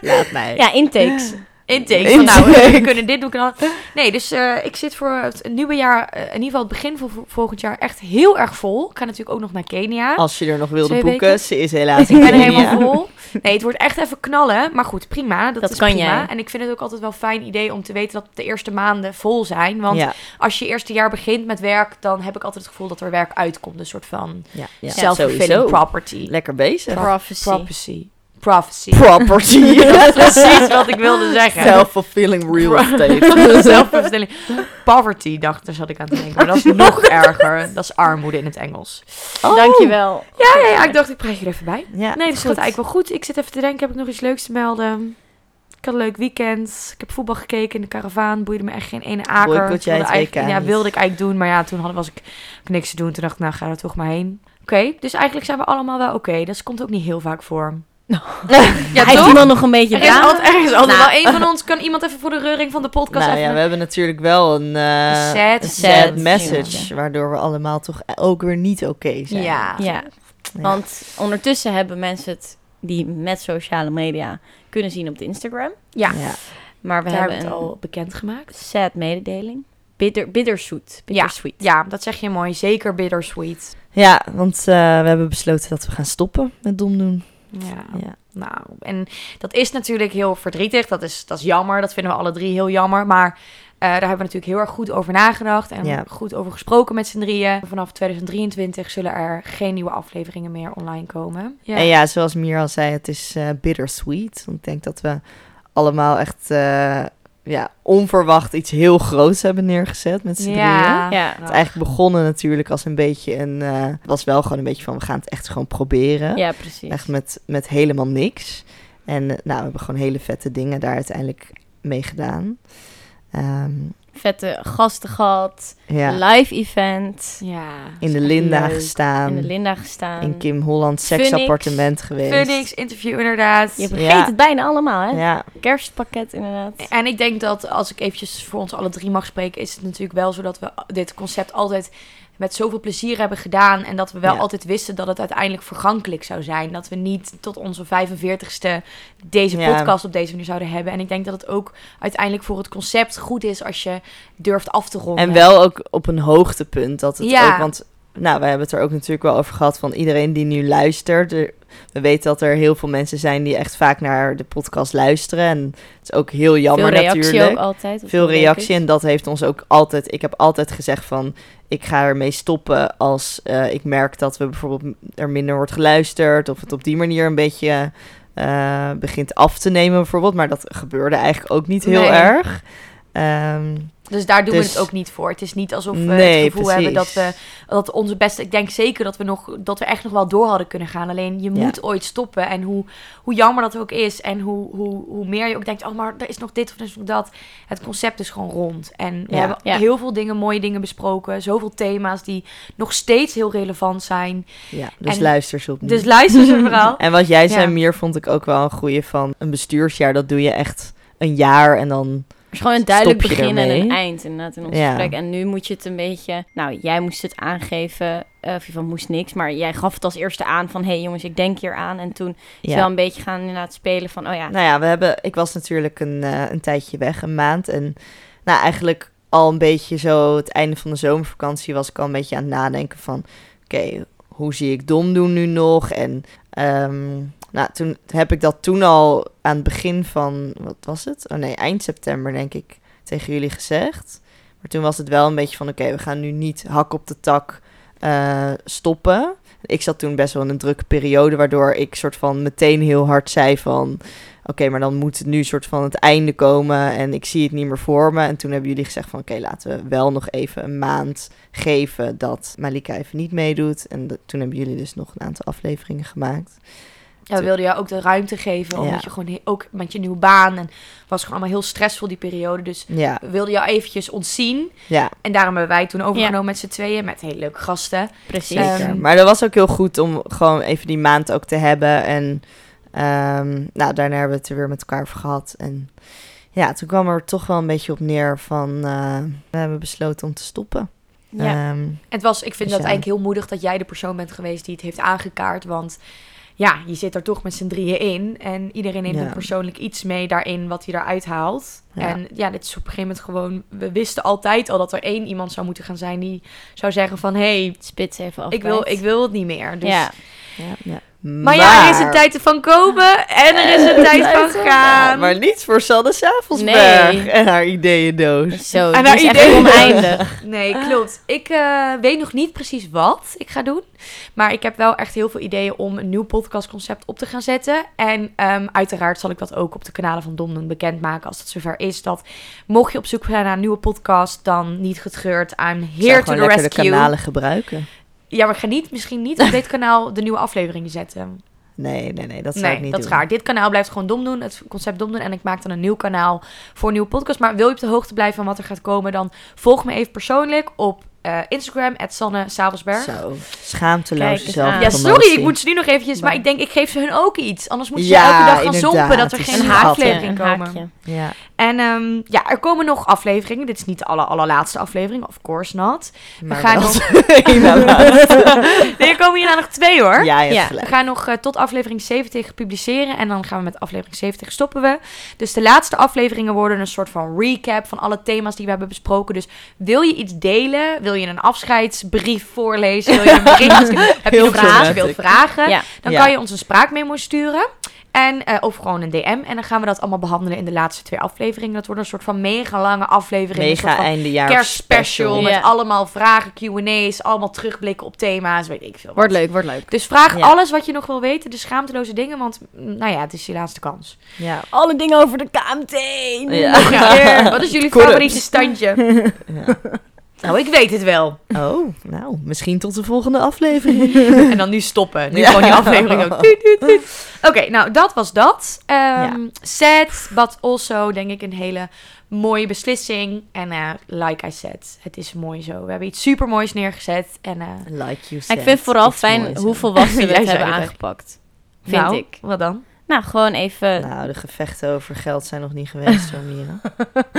[SPEAKER 3] Laat mij.
[SPEAKER 4] Ja, intakes.
[SPEAKER 2] Intake.
[SPEAKER 3] Intake.
[SPEAKER 2] Van, nou, eh, we kunnen dit doen. we kunnen dat. Nee, dus eh, ik zit voor het nieuwe jaar, eh, in ieder geval het begin van vo- volgend jaar, echt heel erg vol. Ik ga natuurlijk ook nog naar Kenia.
[SPEAKER 3] Als je er nog wilde
[SPEAKER 2] Twee
[SPEAKER 3] boeken,
[SPEAKER 2] weken.
[SPEAKER 3] ze is helaas
[SPEAKER 2] Dus Ik
[SPEAKER 3] in
[SPEAKER 2] ben
[SPEAKER 3] Kenia.
[SPEAKER 2] helemaal vol. Nee, het wordt echt even knallen. Maar goed, prima. Dat,
[SPEAKER 4] Dat
[SPEAKER 2] is
[SPEAKER 4] kan
[SPEAKER 2] prima.
[SPEAKER 4] jij.
[SPEAKER 2] En ik vind het ook altijd wel een fijn idee om te weten dat de eerste maanden vol zijn. Want
[SPEAKER 3] Ja,
[SPEAKER 2] als je eerste jaar begint met werk, dan heb ik altijd het gevoel dat er werk uitkomt. Een soort van
[SPEAKER 3] ja, ja.
[SPEAKER 2] self-fulfilling
[SPEAKER 3] Sowieso.
[SPEAKER 2] property.
[SPEAKER 3] Lekker bezig.
[SPEAKER 4] Prophecy.
[SPEAKER 2] Prophecy. Prophecy.
[SPEAKER 3] Property.
[SPEAKER 2] Dat is precies wat ik wilde zeggen.
[SPEAKER 3] Self-fulfilling real estate.
[SPEAKER 2] Zelfverstelling. Poverty, dacht daar zat ik aan te denken. Maar dat is nog erger. Dat is armoede in het Engels.
[SPEAKER 3] Oh.
[SPEAKER 4] Dankjewel.
[SPEAKER 2] Ja, ja, ja, ik dacht, ik praat je er even bij.
[SPEAKER 3] Ja,
[SPEAKER 2] Nee, dus
[SPEAKER 3] goed.
[SPEAKER 2] gaat eigenlijk wel goed. Ik zit even te denken, heb ik nog iets leuks te melden? Ik had een leuk weekend. Ik heb voetbal gekeken in de karavaan. Boeide me echt geen ene aker. Ik
[SPEAKER 3] Boycott jij
[SPEAKER 2] wilde
[SPEAKER 3] het WK
[SPEAKER 2] eigenlijk- Ja,
[SPEAKER 3] niet?
[SPEAKER 2] wilde ik eigenlijk doen. Maar ja, toen hadden, was ik, had ik niks te doen. Toen dacht ik, nou ga er toch maar heen. Oké, dus eigenlijk zijn we allemaal wel oké. Dat komt ook niet heel vaak voor. ja,
[SPEAKER 4] Hij heeft
[SPEAKER 2] toch?
[SPEAKER 4] iemand nog een beetje
[SPEAKER 2] Er is
[SPEAKER 4] baan.
[SPEAKER 2] altijd, er is altijd
[SPEAKER 4] Nou.
[SPEAKER 2] wel één van ons. Kan iemand even voor de reuring van de podcast
[SPEAKER 3] Nou
[SPEAKER 2] even
[SPEAKER 3] ja, we hebben natuurlijk wel een, eh,
[SPEAKER 2] Een sad
[SPEAKER 3] een
[SPEAKER 4] sad
[SPEAKER 3] message,
[SPEAKER 4] dingetje.
[SPEAKER 3] waardoor we allemaal toch ook weer niet oké zijn.
[SPEAKER 2] Ja.
[SPEAKER 4] Ja, want ondertussen hebben mensen het die met sociale media kunnen zien op de Instagram.
[SPEAKER 2] Ja,
[SPEAKER 3] Ja.
[SPEAKER 4] Maar we
[SPEAKER 2] daar hebben
[SPEAKER 4] hebben
[SPEAKER 2] we
[SPEAKER 4] een
[SPEAKER 2] het al bekendgemaakt.
[SPEAKER 4] sad mededeling. Bitter, bitterzoet. Bittersweet.
[SPEAKER 2] Ja, dat zeg je mooi. Zeker bittersweet.
[SPEAKER 3] Ja, want eh, we hebben besloten dat we gaan stoppen met dom doen.
[SPEAKER 2] Ja.
[SPEAKER 3] Ja.
[SPEAKER 2] Nou, en dat is natuurlijk heel verdrietig. Dat is, dat is jammer. Dat vinden we alle drie heel jammer. Maar eh, daar hebben we natuurlijk heel erg goed over nagedacht. En
[SPEAKER 3] Ja.
[SPEAKER 2] goed over gesproken met z'n drieën. Vanaf 2023 zullen er geen nieuwe afleveringen meer online komen. Ja.
[SPEAKER 3] En ja, zoals Mier al zei, het is eh bittersweet. Want ik denk dat we allemaal echt eh, ja, onverwacht iets heel groots hebben neergezet met z'n drieën.
[SPEAKER 2] Ja.
[SPEAKER 4] Ja.
[SPEAKER 3] Het is eigenlijk begonnen natuurlijk als een beetje een... eh, Het was wel gewoon een beetje van, we gaan het echt gewoon proberen.
[SPEAKER 4] Ja, precies.
[SPEAKER 3] Echt met, met helemaal niks. En eh, nou, we hebben gewoon hele vette dingen daar uiteindelijk mee gedaan. Ehm,
[SPEAKER 4] Vette gasten gehad.
[SPEAKER 3] ja,
[SPEAKER 4] Live event.
[SPEAKER 2] Ja.
[SPEAKER 3] in de Linda
[SPEAKER 2] Leuk.
[SPEAKER 3] gestaan.
[SPEAKER 4] in de
[SPEAKER 3] In,
[SPEAKER 4] Linda gestaan.
[SPEAKER 3] Kim Holland seksappartement geweest.
[SPEAKER 2] Phoenix, interview inderdaad.
[SPEAKER 4] Je vergeet
[SPEAKER 3] Ja.
[SPEAKER 4] het bijna allemaal, hè?
[SPEAKER 3] Ja,
[SPEAKER 4] Kerstpakket inderdaad.
[SPEAKER 2] En ik denk dat als ik eventjes voor ons alle drie mag spreken, is het natuurlijk wel zo dat we dit concept altijd met zoveel plezier hebben gedaan. En dat we wel
[SPEAKER 3] Ja.
[SPEAKER 2] altijd wisten dat het uiteindelijk vergankelijk zou zijn. Dat we niet tot onze 45ste deze
[SPEAKER 3] Ja.
[SPEAKER 2] podcast op deze manier zouden hebben. En ik denk dat het ook uiteindelijk voor het concept goed is als je durft af te ronden.
[SPEAKER 3] En wel ook op een hoogtepunt. Dat het
[SPEAKER 2] Ja.
[SPEAKER 3] ook, want nou, we hebben het er ook natuurlijk wel over gehad van iedereen die nu luistert. Er- we weten dat er heel veel mensen zijn die echt vaak naar de podcast luisteren. En het is ook heel jammer
[SPEAKER 4] Veel reactie
[SPEAKER 3] natuurlijk.
[SPEAKER 4] ook altijd. of
[SPEAKER 3] veel
[SPEAKER 4] zo, denk
[SPEAKER 3] reactie.
[SPEAKER 4] ik.
[SPEAKER 3] En dat heeft ons ook altijd. Ik heb altijd gezegd van ik ga ermee stoppen als eh, ik merk dat we bijvoorbeeld er minder wordt geluisterd. Of het op die manier een beetje eh, begint af te nemen, bijvoorbeeld. Maar dat gebeurde eigenlijk ook niet heel
[SPEAKER 2] Nee.
[SPEAKER 3] erg. Ehm,
[SPEAKER 2] Dus daar doen
[SPEAKER 3] Dus-
[SPEAKER 2] we het ook niet voor. Het is niet alsof we
[SPEAKER 3] nee,
[SPEAKER 2] het gevoel hebben dat
[SPEAKER 3] precies.
[SPEAKER 2] we dat onze beste. Ik denk zeker dat we nog dat we echt nog wel door hadden kunnen gaan. Alleen je
[SPEAKER 3] Ja.
[SPEAKER 2] moet ooit stoppen. En hoe, hoe jammer dat ook is. En hoe, hoe, hoe meer je ook denkt. Oh, maar er is nog dit of er is nog dat. Het concept is gewoon rond. En we
[SPEAKER 3] Ja.
[SPEAKER 2] hebben
[SPEAKER 4] Ja.
[SPEAKER 2] heel veel dingen, mooie dingen besproken. Zoveel thema's die nog steeds heel relevant zijn.
[SPEAKER 3] Ja, dus
[SPEAKER 2] En-
[SPEAKER 3] luister ze opnieuw.
[SPEAKER 2] Dus luister ze vooral.
[SPEAKER 3] En wat jij zei,
[SPEAKER 2] Ja.
[SPEAKER 3] Mier, vond ik ook wel een goede van een bestuursjaar. Dat doe je echt een jaar en dan...
[SPEAKER 4] Er is gewoon een duidelijk
[SPEAKER 3] Stop je
[SPEAKER 4] begin en een
[SPEAKER 3] ermee?
[SPEAKER 4] eind inderdaad in ons
[SPEAKER 3] Ja.
[SPEAKER 4] gesprek. En nu moet je het een beetje... Nou, jij moest het aangeven. eh, Of je van moest niks. Maar jij gaf het als eerste aan van... Hé hey, jongens, ik denk hier aan. En toen is
[SPEAKER 3] Ja.
[SPEAKER 4] wel een beetje gaan inderdaad spelen van... Oh ja,
[SPEAKER 3] Nou ja, we hebben, ik was natuurlijk een, eh, een tijdje weg, een maand. En nou, eigenlijk al een beetje zo het einde van de zomervakantie was ik al een beetje aan het nadenken van... Oké, hoe zie ik dom doen nu nog? En ehm, nou, toen heb ik dat toen al aan het begin van... Wat was het? Oh nee, eind september denk ik tegen jullie gezegd. Maar toen was het wel een beetje van... Oké, we gaan nu niet hak op de tak eh, stoppen. Ik zat toen best wel in een drukke periode, waardoor ik soort van meteen heel hard zei van oké, maar dan moet het nu soort van het einde komen en ik zie het niet meer voor me. En toen hebben jullie gezegd van oké, laten we wel nog even een maand geven dat Malika even niet meedoet. En dat- toen hebben jullie dus nog een aantal afleveringen gemaakt.
[SPEAKER 2] Ja, we wilden jou ook de ruimte geven.
[SPEAKER 3] Ja.
[SPEAKER 2] Omdat je gewoon he- ook met je nieuwe baan. En was gewoon allemaal heel stressvol die periode. Dus
[SPEAKER 3] Ja,
[SPEAKER 2] we wilden jou eventjes ontzien.
[SPEAKER 3] ja
[SPEAKER 2] En daarom hebben wij toen overgenomen met z'n tweeën. Met hele leuke gasten.
[SPEAKER 4] precies.
[SPEAKER 2] Ehm,
[SPEAKER 3] zeker. maar dat was ook heel goed om gewoon even die maand ook te hebben. En ehm, nou, daarna hebben we het er weer met elkaar over gehad. En ja, toen kwam er toch wel een beetje op neer van eh, we hebben besloten om te stoppen.
[SPEAKER 4] ja.
[SPEAKER 3] Ehm,
[SPEAKER 2] Het was, ik vind dat
[SPEAKER 3] Dus ja.
[SPEAKER 2] eigenlijk heel moedig dat jij de persoon bent geweest die het heeft aangekaart. Want ja, je zit er toch met z'n drieën in. En iedereen neemt
[SPEAKER 3] Ja.
[SPEAKER 2] ook persoonlijk iets mee daarin wat hij eruit haalt.
[SPEAKER 3] Ja.
[SPEAKER 2] En ja, dit is op een gegeven moment gewoon... We wisten altijd al dat er één iemand zou moeten gaan zijn die zou zeggen van... Hé, hey,
[SPEAKER 4] Spits even af.
[SPEAKER 2] ik, wil, ik wil het niet meer. Dus,
[SPEAKER 4] Ja.
[SPEAKER 2] Maar ja, er is een tijd van komen en er is een tijd van
[SPEAKER 3] Ja,
[SPEAKER 2] gaan.
[SPEAKER 3] maar niet voor Sanne Savelsberg
[SPEAKER 4] Nee.
[SPEAKER 3] en haar ideeëndoos.
[SPEAKER 4] Zo, dus
[SPEAKER 2] En
[SPEAKER 4] en
[SPEAKER 2] haar
[SPEAKER 4] is echt
[SPEAKER 2] ideeën.
[SPEAKER 4] oneindig.
[SPEAKER 2] Nee,
[SPEAKER 3] Ah.
[SPEAKER 2] klopt. Ik eh, weet nog niet precies wat ik ga doen. Maar ik heb wel echt heel veel ideeën om een nieuw podcastconcept op te gaan zetten. En ehm, uiteraard zal ik dat ook op de kanalen van Domden bekendmaken als dat zover is. Dat mocht je op zoek zijn naar een nieuwe podcast, dan niet getreurd. I'm here to the
[SPEAKER 3] lekker
[SPEAKER 2] rescue.
[SPEAKER 3] de kanalen gebruiken.
[SPEAKER 2] Ja, maar ik ga niet, misschien niet op dit kanaal de nieuwe afleveringen zetten.
[SPEAKER 3] Nee, nee, nee, dat zou
[SPEAKER 2] nee,
[SPEAKER 3] ik niet
[SPEAKER 2] dat
[SPEAKER 3] doen.
[SPEAKER 2] is raar. Dit kanaal blijft gewoon Dom doen, het concept Dom doen. En ik maak dan een nieuw kanaal voor een nieuwe podcast. Maar wil je op de hoogte blijven van wat er gaat komen, dan volg me even persoonlijk op eh, Instagram, Sanne Savelsberg.
[SPEAKER 3] Zo, schaamteloos
[SPEAKER 4] Kijk eens
[SPEAKER 3] zelf.
[SPEAKER 4] aan.
[SPEAKER 2] Ja, sorry, ik
[SPEAKER 3] promotie.
[SPEAKER 2] moet ze nu nog eventjes... Maar ik denk, ik geef ze hun ook iets. Anders moeten ze
[SPEAKER 3] Ja,
[SPEAKER 2] elke dag gaan
[SPEAKER 3] inderdaad,
[SPEAKER 2] zompen... dat er
[SPEAKER 3] het
[SPEAKER 2] geen
[SPEAKER 3] is
[SPEAKER 4] Een
[SPEAKER 2] nieuwe
[SPEAKER 3] schat,
[SPEAKER 4] haakje,
[SPEAKER 2] aflevering
[SPEAKER 4] een
[SPEAKER 2] komen.
[SPEAKER 4] haakje.
[SPEAKER 3] Ja,
[SPEAKER 2] En ehm, ja, er komen nog afleveringen. Dit is niet de aller, allerlaatste aflevering. Of course not.
[SPEAKER 3] maar
[SPEAKER 2] gaan
[SPEAKER 3] wel.
[SPEAKER 2] nog-
[SPEAKER 3] Inderdaad.
[SPEAKER 2] Nee, er komen hierna nog twee, hoor.
[SPEAKER 3] Ja, je hebt
[SPEAKER 4] Ja.
[SPEAKER 2] We
[SPEAKER 3] gelijk.
[SPEAKER 2] gaan nog eh, tot aflevering 70 publiceren. En dan gaan we met aflevering 70 stoppen we. Dus de laatste afleveringen worden een soort van recap van alle thema's die we hebben besproken. Dus wil je iets delen? Wil je een afscheidsbrief voorlezen? Wil je een bericht? heb je
[SPEAKER 3] Heel
[SPEAKER 2] nog vragen?
[SPEAKER 3] dramatic.
[SPEAKER 2] Wil vragen?
[SPEAKER 4] Ja.
[SPEAKER 2] Dan
[SPEAKER 3] Ja.
[SPEAKER 2] kan je ons een spraakmemo sturen. Eh, En, eh, of gewoon een DM. En dan gaan we dat allemaal behandelen in de laatste twee afleveringen. Dat wordt een soort van mega lange aflevering. een soort
[SPEAKER 3] Mega
[SPEAKER 2] van
[SPEAKER 3] eindejaars
[SPEAKER 2] kerstspecial.
[SPEAKER 3] special.
[SPEAKER 2] Met
[SPEAKER 4] Ja.
[SPEAKER 2] allemaal vragen, Q&A's. Allemaal terugblikken op thema's. Weet ik veel. wat.
[SPEAKER 4] Wordt leuk, wordt leuk.
[SPEAKER 2] Dus vraag
[SPEAKER 3] Ja.
[SPEAKER 2] alles wat je nog wil weten. De schaamteloze dingen. Want, mm, nou ja, het is je laatste kans.
[SPEAKER 3] Ja.
[SPEAKER 4] Alle dingen over de KMT.
[SPEAKER 3] Ja.
[SPEAKER 2] Nog een keer. Wat is jullie
[SPEAKER 3] Corrupt.
[SPEAKER 2] favoriete standje?
[SPEAKER 3] Ja.
[SPEAKER 2] Nou, ik weet het wel.
[SPEAKER 3] Oh, nou, misschien tot de volgende aflevering.
[SPEAKER 2] En dan nu stoppen. Nu
[SPEAKER 3] Ja.
[SPEAKER 2] gewoon die aflevering ook. Tuut, tuut, tuut. Oké, nou dat was dat. Ehm, Sad, but also denk ik een hele mooie beslissing. En eh, like I said, het is mooi zo. We hebben iets supermoois neergezet. En, eh,
[SPEAKER 3] Like you
[SPEAKER 4] Ik vind vooral
[SPEAKER 3] Iets
[SPEAKER 4] fijn
[SPEAKER 3] moois,
[SPEAKER 4] hoe
[SPEAKER 3] hè?
[SPEAKER 4] volwassenen we
[SPEAKER 2] Jij
[SPEAKER 4] het
[SPEAKER 2] zei
[SPEAKER 4] hebben
[SPEAKER 2] het, hè?
[SPEAKER 4] aangepakt. Vind
[SPEAKER 2] nou,
[SPEAKER 4] ik.
[SPEAKER 2] Wat dan?
[SPEAKER 4] Nou, gewoon even...
[SPEAKER 3] Nou, de gevechten over geld zijn nog niet geweest, hoor, Mira.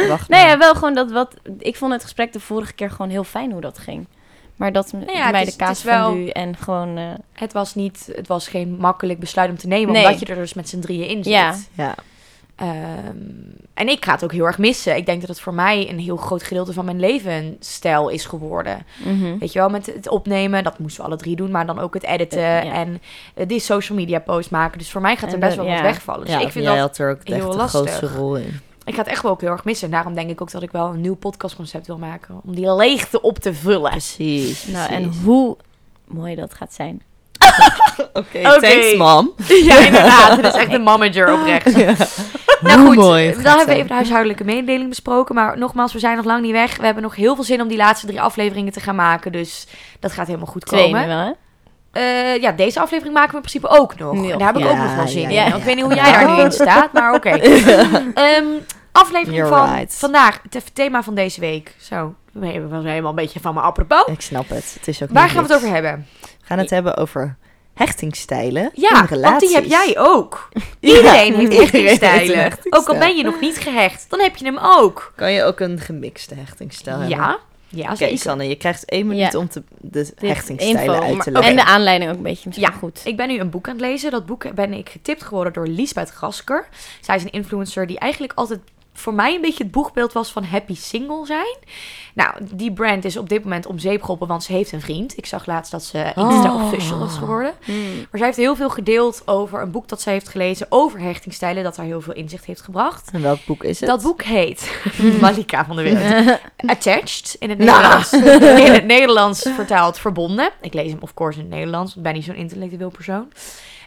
[SPEAKER 3] Wacht
[SPEAKER 4] Nee,
[SPEAKER 3] maar.
[SPEAKER 4] ja, wel gewoon dat wat... Ik vond het gesprek de vorige keer gewoon heel fijn hoe dat ging. Maar dat m-
[SPEAKER 2] ja, het
[SPEAKER 4] bij
[SPEAKER 2] is-
[SPEAKER 4] de
[SPEAKER 2] het
[SPEAKER 4] kaas
[SPEAKER 2] is wel-
[SPEAKER 4] van nu en gewoon... eh,
[SPEAKER 2] Het was, niet, het was geen makkelijk besluit om te nemen,
[SPEAKER 4] Nee.
[SPEAKER 2] omdat je er dus met z'n drieën in zit.
[SPEAKER 4] Ja.
[SPEAKER 3] Ja,
[SPEAKER 2] Ehm, en ik ga het ook heel erg missen. Ik denk dat het voor mij een heel groot gedeelte van mijn levensstijl is geworden.
[SPEAKER 4] mhm.
[SPEAKER 2] Weet je wel, met het opnemen, dat moesten we alle drie doen, maar dan ook het editen
[SPEAKER 4] Eh, ja.
[SPEAKER 2] en eh, die social media post maken. Dus voor mij gaat er
[SPEAKER 4] En
[SPEAKER 2] best
[SPEAKER 4] de-
[SPEAKER 2] wel wat
[SPEAKER 4] ja.
[SPEAKER 2] wegvallen. Dus
[SPEAKER 3] ja
[SPEAKER 2] ik vind
[SPEAKER 3] jij
[SPEAKER 2] dat,
[SPEAKER 3] had er ook
[SPEAKER 2] heel
[SPEAKER 3] echt de
[SPEAKER 2] lastig.
[SPEAKER 3] grootste rol in.
[SPEAKER 2] ik ga het echt wel ook heel erg missen. En daarom denk ik ook dat ik wel een nieuw podcastconcept wil maken, om die leegte op te vullen.
[SPEAKER 3] Precies.
[SPEAKER 4] Nou, en hoe mooi dat gaat zijn.
[SPEAKER 3] Oké,
[SPEAKER 2] Oké.
[SPEAKER 3] thanks, mam.
[SPEAKER 2] ja, inderdaad. Het is echt een manager oprecht. Nou
[SPEAKER 3] Hoe
[SPEAKER 2] goed,
[SPEAKER 3] mooi het
[SPEAKER 2] dan
[SPEAKER 3] gaat
[SPEAKER 2] hebben we
[SPEAKER 3] zijn.
[SPEAKER 2] even de huishoudelijke mededeling besproken. Maar nogmaals, we zijn nog lang niet weg. We hebben nog heel veel zin om die laatste drie afleveringen te gaan maken. Dus dat gaat helemaal goed
[SPEAKER 4] Twee
[SPEAKER 2] komen.
[SPEAKER 4] nu wel, hè?
[SPEAKER 2] Eh, ja, deze aflevering maken we in principe ook nog.
[SPEAKER 4] Nog,
[SPEAKER 2] En daar heb ik
[SPEAKER 3] ja.
[SPEAKER 2] ook nog wel zin
[SPEAKER 3] Ja,
[SPEAKER 2] in.
[SPEAKER 4] ja,
[SPEAKER 2] Want Ik
[SPEAKER 3] ja.
[SPEAKER 2] weet niet hoe jij daar nu in staat, maar oké. Ehm, aflevering
[SPEAKER 3] You're
[SPEAKER 2] van
[SPEAKER 3] right.
[SPEAKER 2] vandaag, het even thema van deze week. Zo, we was helemaal een beetje van mijn apropos.
[SPEAKER 3] Ik snap het. Het is ook
[SPEAKER 2] Waar
[SPEAKER 3] niet
[SPEAKER 2] gaan we het
[SPEAKER 3] niks.
[SPEAKER 2] over hebben?
[SPEAKER 3] We gaan het hebben over hechtingsstijlen in
[SPEAKER 2] Ja,
[SPEAKER 3] relaties.
[SPEAKER 2] want die heb jij ook.
[SPEAKER 3] Ja,
[SPEAKER 2] Iedereen heeft
[SPEAKER 3] iedereen heeft een
[SPEAKER 2] hechtingstijlen.
[SPEAKER 3] hechtingsstijl.
[SPEAKER 2] Ook al ben je nog niet gehecht, dan heb je hem ook.
[SPEAKER 3] Kan je ook een gemixte hechtingsstijl hebben?
[SPEAKER 2] Ja, ja
[SPEAKER 3] Oké,
[SPEAKER 2] zeker.
[SPEAKER 3] Sanne, je krijgt één minuut
[SPEAKER 4] Ja.
[SPEAKER 3] om te, de
[SPEAKER 4] Dit
[SPEAKER 3] hechtingsstijlen
[SPEAKER 4] info,
[SPEAKER 3] uit
[SPEAKER 4] maar-
[SPEAKER 3] te leggen.
[SPEAKER 4] En de aanleiding ook een beetje misschien
[SPEAKER 2] Ja.
[SPEAKER 4] goed.
[SPEAKER 2] Ik ben nu een boek aan het lezen. Dat boek ben ik getipt geworden door Liesbeth Gasker. Zij is een influencer die eigenlijk altijd voor mij een beetje het boegbeeld was van happy single zijn. Nou, die brand is op dit moment om zeep geholpen, want ze heeft een vriend. Ik zag laatst dat ze
[SPEAKER 3] Oh.
[SPEAKER 2] Insta-official is geworden.
[SPEAKER 4] Hmm.
[SPEAKER 2] Maar zij heeft heel veel gedeeld over een boek dat zij heeft gelezen over hechtingstijlen, dat haar heel veel inzicht heeft gebracht.
[SPEAKER 3] En welk boek is het?
[SPEAKER 2] Dat boek heet Malika van de Wereld. Attached in het
[SPEAKER 3] Nou.
[SPEAKER 2] Nederlands. In het Nederlands vertaald verbonden. Ik lees hem of course in het Nederlands, want ik ben niet zo'n intellectueel persoon.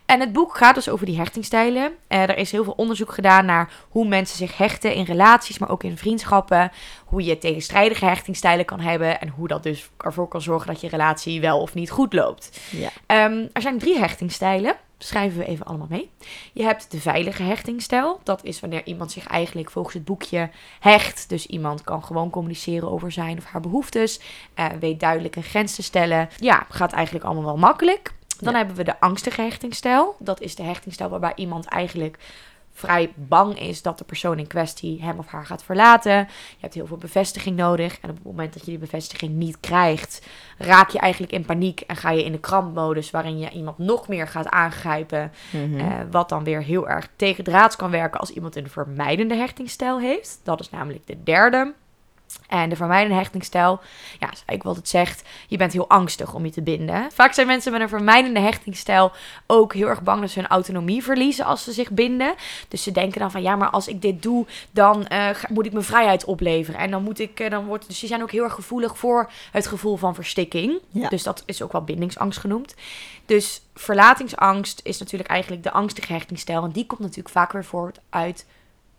[SPEAKER 2] En het boek gaat dus over die hechtingstijlen. Eh, er is heel veel onderzoek gedaan naar hoe mensen zich hechten in relaties, maar ook in vriendschappen. Hoe je tegenstrijdige hechtingstijlen kan hebben en hoe dat dus ervoor kan zorgen dat je relatie wel of niet goed loopt.
[SPEAKER 3] Ja.
[SPEAKER 2] Ehm, er zijn drie hechtingstijlen. Schrijven we even allemaal mee. Je hebt de veilige hechtingstijl. Dat is wanneer iemand zich eigenlijk volgens het boekje hecht. Dus iemand kan gewoon communiceren over zijn of haar behoeftes. eh, weet duidelijk een grens te stellen. Ja, gaat eigenlijk allemaal wel makkelijk. Dan
[SPEAKER 3] Ja.
[SPEAKER 2] hebben we de angstige hechtingstijl. Dat is de hechtingstijl waarbij iemand eigenlijk vrij bang is dat de persoon in kwestie hem of haar gaat verlaten. Je hebt heel veel bevestiging nodig. En op het moment dat je die bevestiging niet krijgt, raak je eigenlijk in paniek en ga je in de krampmodus waarin je iemand nog meer gaat aangrijpen.
[SPEAKER 3] Mhm.
[SPEAKER 2] Eh, wat dan weer heel erg tegendraads kan werken als iemand een vermijdende hechtingstijl heeft. Dat is namelijk de derde. En de vermijdende hechtingstijl, ja, is eigenlijk wat het zegt, je bent heel angstig om je te binden. Vaak zijn mensen met een vermijdende hechtingstijl ook heel erg bang dat ze hun autonomie verliezen als ze zich binden. Dus ze denken dan van, ja, maar als ik dit doe, dan eh, ga- moet ik mijn vrijheid opleveren. En dan moet ik, eh, dan wordt, dus die zijn ook heel erg gevoelig voor het gevoel van verstikking.
[SPEAKER 3] Ja.
[SPEAKER 2] Dus dat is ook wel bindingsangst genoemd. Dus verlatingsangst is natuurlijk eigenlijk de angstige hechtingstijl. En die komt natuurlijk vaak weer voort uit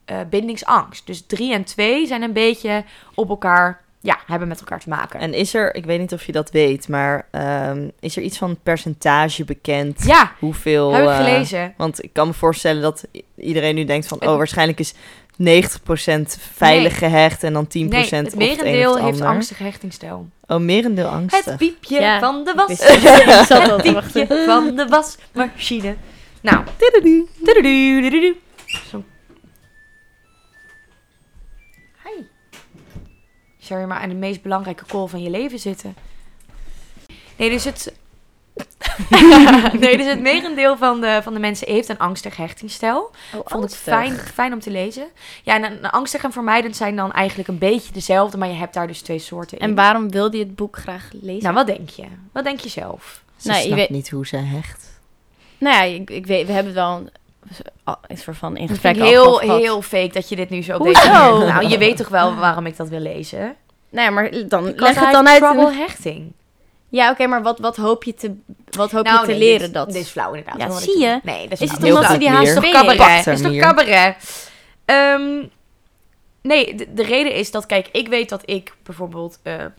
[SPEAKER 2] eh, bindingsangst. Dus drie en twee zijn een beetje op elkaar, ja, hebben met elkaar te maken.
[SPEAKER 3] En is er, ik weet niet of je dat weet, maar ehm, is er iets van percentage bekend?
[SPEAKER 2] ja,
[SPEAKER 3] Hoeveel?
[SPEAKER 2] heb ik
[SPEAKER 3] eh,
[SPEAKER 2] gelezen.
[SPEAKER 3] want ik kan me voorstellen dat i- iedereen nu denkt van,
[SPEAKER 2] Het-
[SPEAKER 3] oh, waarschijnlijk is 90% veilig gehecht en dan 10%
[SPEAKER 2] Nee, het
[SPEAKER 3] of het een of het
[SPEAKER 2] merendeel heeft
[SPEAKER 3] ander.
[SPEAKER 2] angstige hechtingstijl.
[SPEAKER 3] Oh, merendeel angstig.
[SPEAKER 2] Het piepje
[SPEAKER 4] Ja,
[SPEAKER 2] van de
[SPEAKER 4] Ik
[SPEAKER 2] was.
[SPEAKER 4] wist- ik zat al
[SPEAKER 2] Het
[SPEAKER 4] te wachten.
[SPEAKER 2] piepje van de wasmachine. Nou, tududu, tududu, tududu. Zo. Hi. Zou je maar aan de meest belangrijke call van je leven zitten? Nee, dus het... nee, dus het merendeel van de, van de mensen heeft een angstig hechtingstijl.
[SPEAKER 4] Oh,
[SPEAKER 2] Vond ik fijn, fijn om te lezen. Ja, en een- een angstig en vermijdend zijn dan eigenlijk een beetje dezelfde, maar je hebt daar dus twee soorten
[SPEAKER 4] En
[SPEAKER 2] in.
[SPEAKER 4] waarom wilde je het boek graag lezen?
[SPEAKER 2] Nou, wat denk je? Wat denk je zelf?
[SPEAKER 3] Ze
[SPEAKER 4] Nee, je
[SPEAKER 3] snapt
[SPEAKER 4] weet-
[SPEAKER 3] niet hoe ze hecht.
[SPEAKER 4] Nou ja, ik, ik weet, we hebben het wel ah, een soort van in
[SPEAKER 2] Dat vind
[SPEAKER 4] gesprek
[SPEAKER 2] ik heel,
[SPEAKER 4] afgevat.
[SPEAKER 2] heel fake dat je dit nu zo op
[SPEAKER 4] Hoezo?
[SPEAKER 2] deze manier... Nou, je weet toch wel waarom ik dat wil lezen?
[SPEAKER 4] Nee, Nou maar dan
[SPEAKER 2] Because
[SPEAKER 4] leg het
[SPEAKER 2] I
[SPEAKER 4] dan
[SPEAKER 2] have
[SPEAKER 4] uit.
[SPEAKER 2] trouble hechting.
[SPEAKER 4] Ja, oké, maar wat, wat hoop je te, wat hoop je
[SPEAKER 2] Nou,
[SPEAKER 4] te
[SPEAKER 2] nee,
[SPEAKER 4] leren
[SPEAKER 2] dit-
[SPEAKER 4] dat?
[SPEAKER 2] Dit is flauw inderdaad.
[SPEAKER 4] Ja,
[SPEAKER 2] Hoor ik
[SPEAKER 4] zie je?
[SPEAKER 2] niet. Nee, dat is,
[SPEAKER 4] Is het
[SPEAKER 2] flauw.
[SPEAKER 4] omdat
[SPEAKER 2] Heel
[SPEAKER 4] ze die
[SPEAKER 2] flauw.
[SPEAKER 4] haast
[SPEAKER 2] Is toch
[SPEAKER 4] spelen?
[SPEAKER 2] cabaret?
[SPEAKER 3] Pakter
[SPEAKER 2] Is toch
[SPEAKER 3] meer.
[SPEAKER 2] cabaret? Ehm, nee, de, de reden is dat, kijk, ik weet dat ik bijvoorbeeld ehm,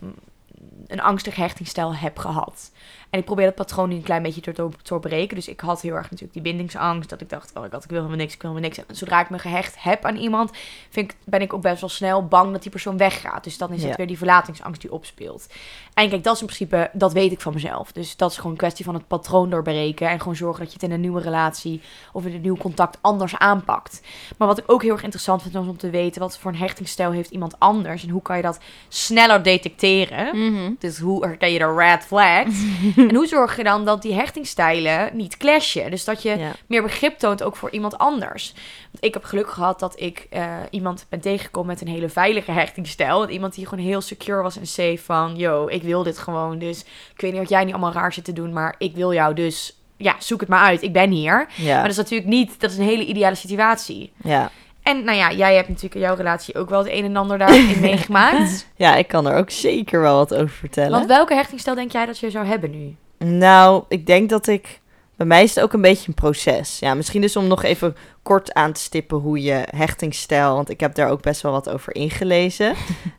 [SPEAKER 2] een angstig hechtingsstijl heb gehad. En ik probeer dat patroon nu een klein beetje te door- te doorbreken. Dus ik had heel erg natuurlijk die bindingsangst. Dat ik dacht, oh, ik, had, ik wil helemaal niks, ik wil helemaal niks. En zodra ik me gehecht heb aan iemand, vind ik, ben ik ook best wel snel bang dat die persoon weggaat. Dus dan is
[SPEAKER 3] Ja.
[SPEAKER 2] het weer die verlatingsangst die opspeelt. En kijk, dat is in principe, dat weet ik van mezelf. Dus dat is gewoon een kwestie van het patroon doorbreken. En gewoon zorgen dat je het in een nieuwe relatie of in een nieuw contact anders aanpakt. Maar wat ik ook heel erg interessant vind is om te weten, wat voor een hechtingsstijl heeft iemand anders? En hoe kan je dat sneller detecteren?
[SPEAKER 4] Mhm.
[SPEAKER 3] Mm-hmm.
[SPEAKER 2] Dus hoe herken je de red flags? en hoe zorg je dan dat die hechtingstijlen niet clashen? Dus dat je
[SPEAKER 3] Ja.
[SPEAKER 2] meer begrip toont ook voor iemand anders. Want ik heb geluk gehad dat ik eh, iemand ben tegengekomen met een hele veilige hechtingstijl. Want iemand die gewoon heel secure was en safe van... Yo, ik wil dit gewoon, dus ik weet niet wat jij niet allemaal raar zit te doen... maar ik wil jou, dus ja, zoek het maar uit. Ik ben hier.
[SPEAKER 3] Ja.
[SPEAKER 2] Maar dat is natuurlijk niet... Dat is een hele ideale situatie.
[SPEAKER 3] ja.
[SPEAKER 2] En nou ja, jij hebt natuurlijk in jouw relatie ook wel het een en ander daarin meegemaakt.
[SPEAKER 3] ja, ik kan er ook zeker wel wat over vertellen.
[SPEAKER 2] Want welke hechtingstijl denk jij dat je zou hebben nu?
[SPEAKER 3] Nou, ik denk dat ik. Bij mij is het ook een beetje een proces. Ja, misschien dus om nog even kort aan te stippen hoe je hechtingsstijl. Want ik heb daar ook best wel wat over ingelezen.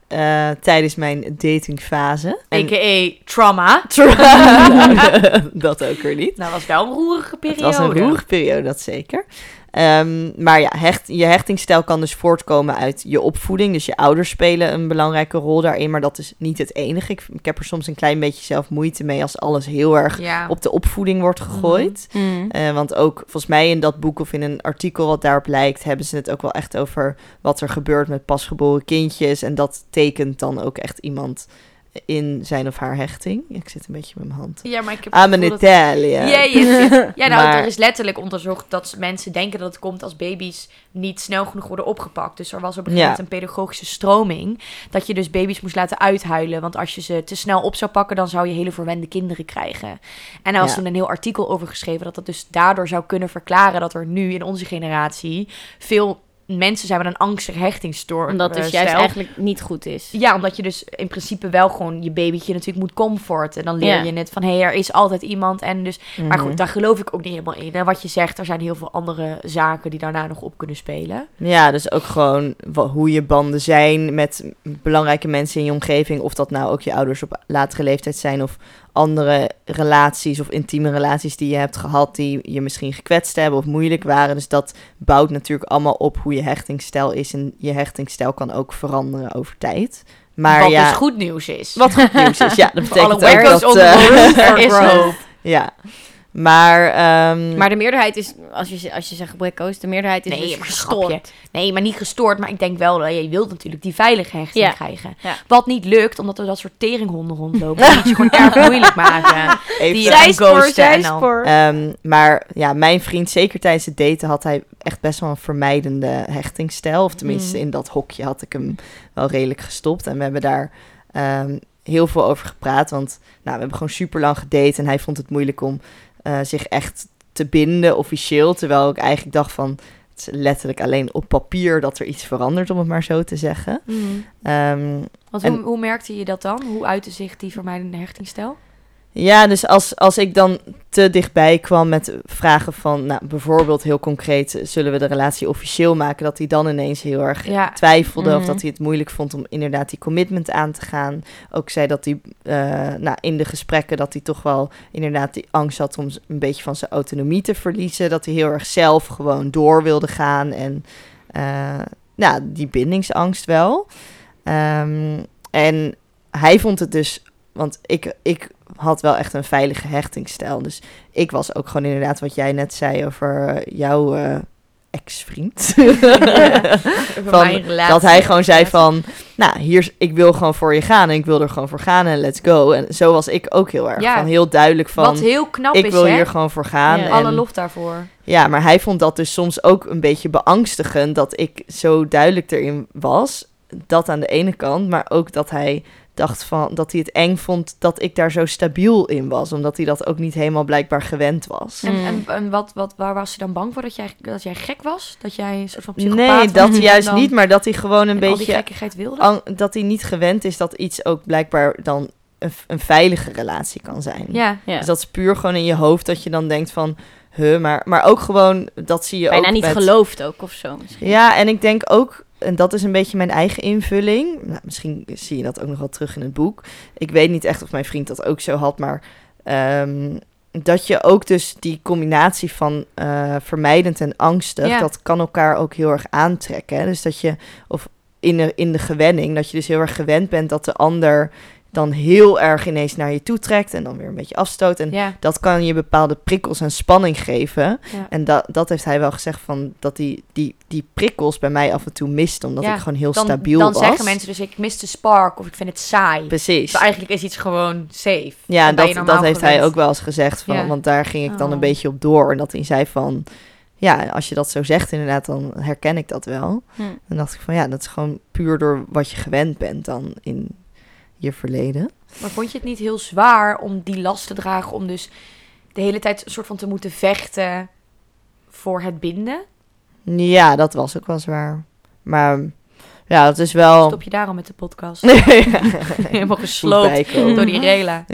[SPEAKER 3] eh, tijdens mijn datingfase.
[SPEAKER 2] A.k.a. trauma.
[SPEAKER 3] Nou, dat ook weer niet.
[SPEAKER 2] Nou, was wel een roerige periode.
[SPEAKER 3] Het was een roerige periode, dat zeker. Ehm, maar ja, hecht, je hechtingsstijl kan dus voortkomen uit je opvoeding. Dus je ouders spelen een belangrijke rol daarin. Maar dat is niet het enige. Ik, ik heb er soms een klein beetje zelf moeite mee als alles heel erg
[SPEAKER 2] Ja.
[SPEAKER 3] op de opvoeding wordt gegooid.
[SPEAKER 4] Mhm.
[SPEAKER 3] Eh, want ook volgens mij in dat boek of in een artikel wat daarop lijkt, hebben ze het ook wel echt over wat er gebeurt met pasgeboren kindjes. En dat tekent dan ook echt iemand in zijn of haar hechting. Ik zit een beetje met mijn hand.
[SPEAKER 2] ja, maar ik heb het
[SPEAKER 3] I'm in
[SPEAKER 2] gevoel dat-
[SPEAKER 3] Italië.
[SPEAKER 2] Ja, je zit- ja, nou,
[SPEAKER 3] Maar-
[SPEAKER 2] er is letterlijk onderzocht dat mensen denken dat het komt als baby's niet snel genoeg worden opgepakt. Dus er was op een gegeven
[SPEAKER 3] Ja.
[SPEAKER 2] moment een pedagogische stroming dat je dus baby's moest laten uithuilen. Want als je ze te snel op zou pakken, dan zou je hele verwende kinderen krijgen. En daar was
[SPEAKER 3] Ja.
[SPEAKER 2] toen een heel artikel over geschreven dat dat dus daardoor zou kunnen verklaren dat er nu in onze generatie veel mensen zijn met een angstig hechtingsstoornis.
[SPEAKER 4] Omdat
[SPEAKER 3] eh,
[SPEAKER 4] het juist eigenlijk niet goed is.
[SPEAKER 2] Ja, omdat je dus in principe wel gewoon je babytje natuurlijk moet comforten. Dan leer
[SPEAKER 4] Ja.
[SPEAKER 2] je net van, hé, hey, er is altijd iemand. En dus, Maar
[SPEAKER 3] Mhm.
[SPEAKER 2] goed, daar geloof ik ook niet helemaal in. En wat je zegt, er zijn heel veel andere zaken die daarna nog op kunnen spelen.
[SPEAKER 3] Ja, dus ook gewoon wa- hoe je banden zijn met belangrijke mensen in je omgeving. Of dat nou ook je ouders op latere leeftijd zijn. Of andere relaties of intieme relaties die je hebt gehad. Die je misschien gekwetst hebben of moeilijk waren. Dus dat bouwt natuurlijk allemaal op hoe je hechtingsstijl is. En je hechtingsstijl kan ook veranderen over tijd. Maar
[SPEAKER 2] wat
[SPEAKER 3] ja,
[SPEAKER 2] dus goed nieuws is.
[SPEAKER 3] wat goed nieuws is. Ja, dat
[SPEAKER 2] alle
[SPEAKER 3] betekent ook
[SPEAKER 2] wackos
[SPEAKER 3] dat...
[SPEAKER 2] on the
[SPEAKER 3] eh,
[SPEAKER 2] road for
[SPEAKER 4] is
[SPEAKER 2] growth.
[SPEAKER 3] ja, maar... ehm,
[SPEAKER 4] Maar de meerderheid is, als je, als je zegt gebrekkoos, de meerderheid is
[SPEAKER 2] Nee,
[SPEAKER 4] dus
[SPEAKER 2] maar
[SPEAKER 4] gestoord.
[SPEAKER 2] Nee, maar niet gestoord. Maar ik denk wel, eh, je wilt natuurlijk die veilige hechting
[SPEAKER 4] Ja.
[SPEAKER 2] krijgen.
[SPEAKER 4] Ja.
[SPEAKER 2] Wat niet lukt, omdat er dat soort teringhonden rondlopen. Die het je gewoon erg moeilijk maken.
[SPEAKER 3] even-
[SPEAKER 2] Die je gaan ghosten en dan-
[SPEAKER 3] Ehm, maar ja, mijn vriend, zeker tijdens het daten, had hij echt best wel een vermijdende hechtingsstijl. Of tenminste,
[SPEAKER 2] Mm.
[SPEAKER 3] in dat hokje had ik hem wel redelijk gestopt. En we hebben daar ehm, heel veel over gepraat. Want nou, we hebben gewoon super lang gedate. En hij vond het moeilijk om eh, zich echt te binden officieel. Terwijl ik eigenlijk dacht van. Het is letterlijk alleen op papier dat er iets verandert, om het maar zo te zeggen.
[SPEAKER 2] Mhm.
[SPEAKER 3] Ehm,
[SPEAKER 2] Want
[SPEAKER 3] En-
[SPEAKER 2] hoe, hoe merkte je dat dan? Hoe uitte zich die vermijdende hechtingstijl?
[SPEAKER 3] Ja, dus als, als ik dan te dichtbij kwam met vragen van, nou, bijvoorbeeld heel concreet, eh, zullen we de relatie officieel maken? Dat hij dan ineens heel erg
[SPEAKER 2] Ja.
[SPEAKER 3] twijfelde
[SPEAKER 4] Mhm.
[SPEAKER 3] of dat hij het moeilijk vond om inderdaad die commitment aan te gaan. Ook zei dat hij eh, nou, in de gesprekken dat hij toch wel inderdaad die angst had om z- een beetje van zijn autonomie te verliezen. Dat hij heel erg zelf gewoon door wilde gaan en eh, nou, die bindingsangst wel. Ehm, en hij vond het dus, want ik, ik had wel echt een veilige hechtingsstijl. Dus ik was ook gewoon inderdaad wat jij net zei over eh, jouw eh, ex-vriend. Van
[SPEAKER 2] Mijn relatie.
[SPEAKER 3] Dat hij gewoon zei van, nou, hier, ik wil gewoon voor je gaan en ik wil er gewoon voor gaan en let's go. En zo was ik ook heel erg
[SPEAKER 2] Ja.
[SPEAKER 3] van, heel duidelijk van,
[SPEAKER 2] Wat heel knap
[SPEAKER 3] ik
[SPEAKER 2] is,
[SPEAKER 3] wil
[SPEAKER 2] hè?
[SPEAKER 3] hier gewoon voor gaan.
[SPEAKER 4] Ja.
[SPEAKER 3] en,
[SPEAKER 2] Alle lof daarvoor.
[SPEAKER 3] Ja, maar hij vond dat dus soms ook een beetje beangstigend dat ik zo duidelijk erin was. Dat aan de ene kant, maar ook dat hij dacht van, dat hij het eng vond dat ik daar zo stabiel in was. Omdat hij dat ook niet helemaal blijkbaar gewend was.
[SPEAKER 2] En,
[SPEAKER 4] Mm.
[SPEAKER 2] en, en wat, wat, waar was hij dan bang voor? Dat jij, dat jij gek was? Dat jij een soort van psychopaat
[SPEAKER 3] Nee,
[SPEAKER 2] was
[SPEAKER 3] dat
[SPEAKER 2] en
[SPEAKER 3] juist
[SPEAKER 2] dan
[SPEAKER 3] niet. Maar dat hij gewoon een
[SPEAKER 2] al die
[SPEAKER 3] beetje...
[SPEAKER 2] gekkigheid wilde?
[SPEAKER 3] ang- Dat hij niet gewend is dat iets ook blijkbaar dan een, een veilige relatie kan zijn.
[SPEAKER 2] Ja.
[SPEAKER 4] Ja.
[SPEAKER 3] Dus dat is puur gewoon in je hoofd dat je dan denkt van... Huh, maar, maar ook gewoon, dat zie je
[SPEAKER 4] Bijna
[SPEAKER 3] ook
[SPEAKER 4] niet
[SPEAKER 3] met-
[SPEAKER 4] geloofd ook of zo misschien.
[SPEAKER 3] Ja, en ik denk ook, en dat is een beetje mijn eigen invulling. Nou, misschien zie je dat ook nog wel terug in het boek. Ik weet niet echt of mijn vriend dat ook zo had, maar ehm, dat je ook dus die combinatie van eh, vermijdend en angstig,
[SPEAKER 2] Ja.
[SPEAKER 3] dat kan elkaar ook heel erg aantrekken. Hè? Dus dat je, of in de, in de gewenning, dat je dus heel erg gewend bent dat de ander dan heel erg ineens naar je toe trekt en dan weer een beetje afstoot. En
[SPEAKER 2] Ja.
[SPEAKER 3] dat kan je bepaalde prikkels en spanning geven.
[SPEAKER 2] ja.
[SPEAKER 3] En dat, dat heeft hij wel gezegd van dat die, die, die prikkels bij mij af en toe mist, omdat
[SPEAKER 2] Ja,
[SPEAKER 3] ik gewoon heel
[SPEAKER 2] Dan,
[SPEAKER 3] stabiel
[SPEAKER 2] dan
[SPEAKER 3] was.
[SPEAKER 2] zeggen mensen dus, ik mis de spark of ik vind het saai.
[SPEAKER 3] Precies.
[SPEAKER 2] Dus eigenlijk is iets gewoon safe.
[SPEAKER 3] Ja,
[SPEAKER 2] Dan ben je
[SPEAKER 3] dat,
[SPEAKER 2] normaal
[SPEAKER 3] dat heeft hij
[SPEAKER 2] gewend.
[SPEAKER 3] ook wel eens gezegd. Van,
[SPEAKER 2] Ja.
[SPEAKER 3] Want daar ging ik dan
[SPEAKER 2] Oh.
[SPEAKER 3] een beetje op door. En dat hij zei van, ja, als je dat zo zegt inderdaad, dan herken ik dat wel.
[SPEAKER 4] Hm.
[SPEAKER 3] Dan dacht ik van, ja, dat is gewoon puur door wat je gewend bent dan in je verleden.
[SPEAKER 2] Maar vond je het niet heel zwaar om die last te dragen, om dus de hele tijd een soort van te moeten vechten voor het binden?
[SPEAKER 3] Ja, dat was ook wel zwaar. Maar ja, dat is wel...
[SPEAKER 2] Stop je daarom met de podcast?
[SPEAKER 3] Oh. Nee, ja.
[SPEAKER 2] Helemaal
[SPEAKER 3] Goed
[SPEAKER 2] gesloopt
[SPEAKER 3] bijkomen.
[SPEAKER 2] door die rela.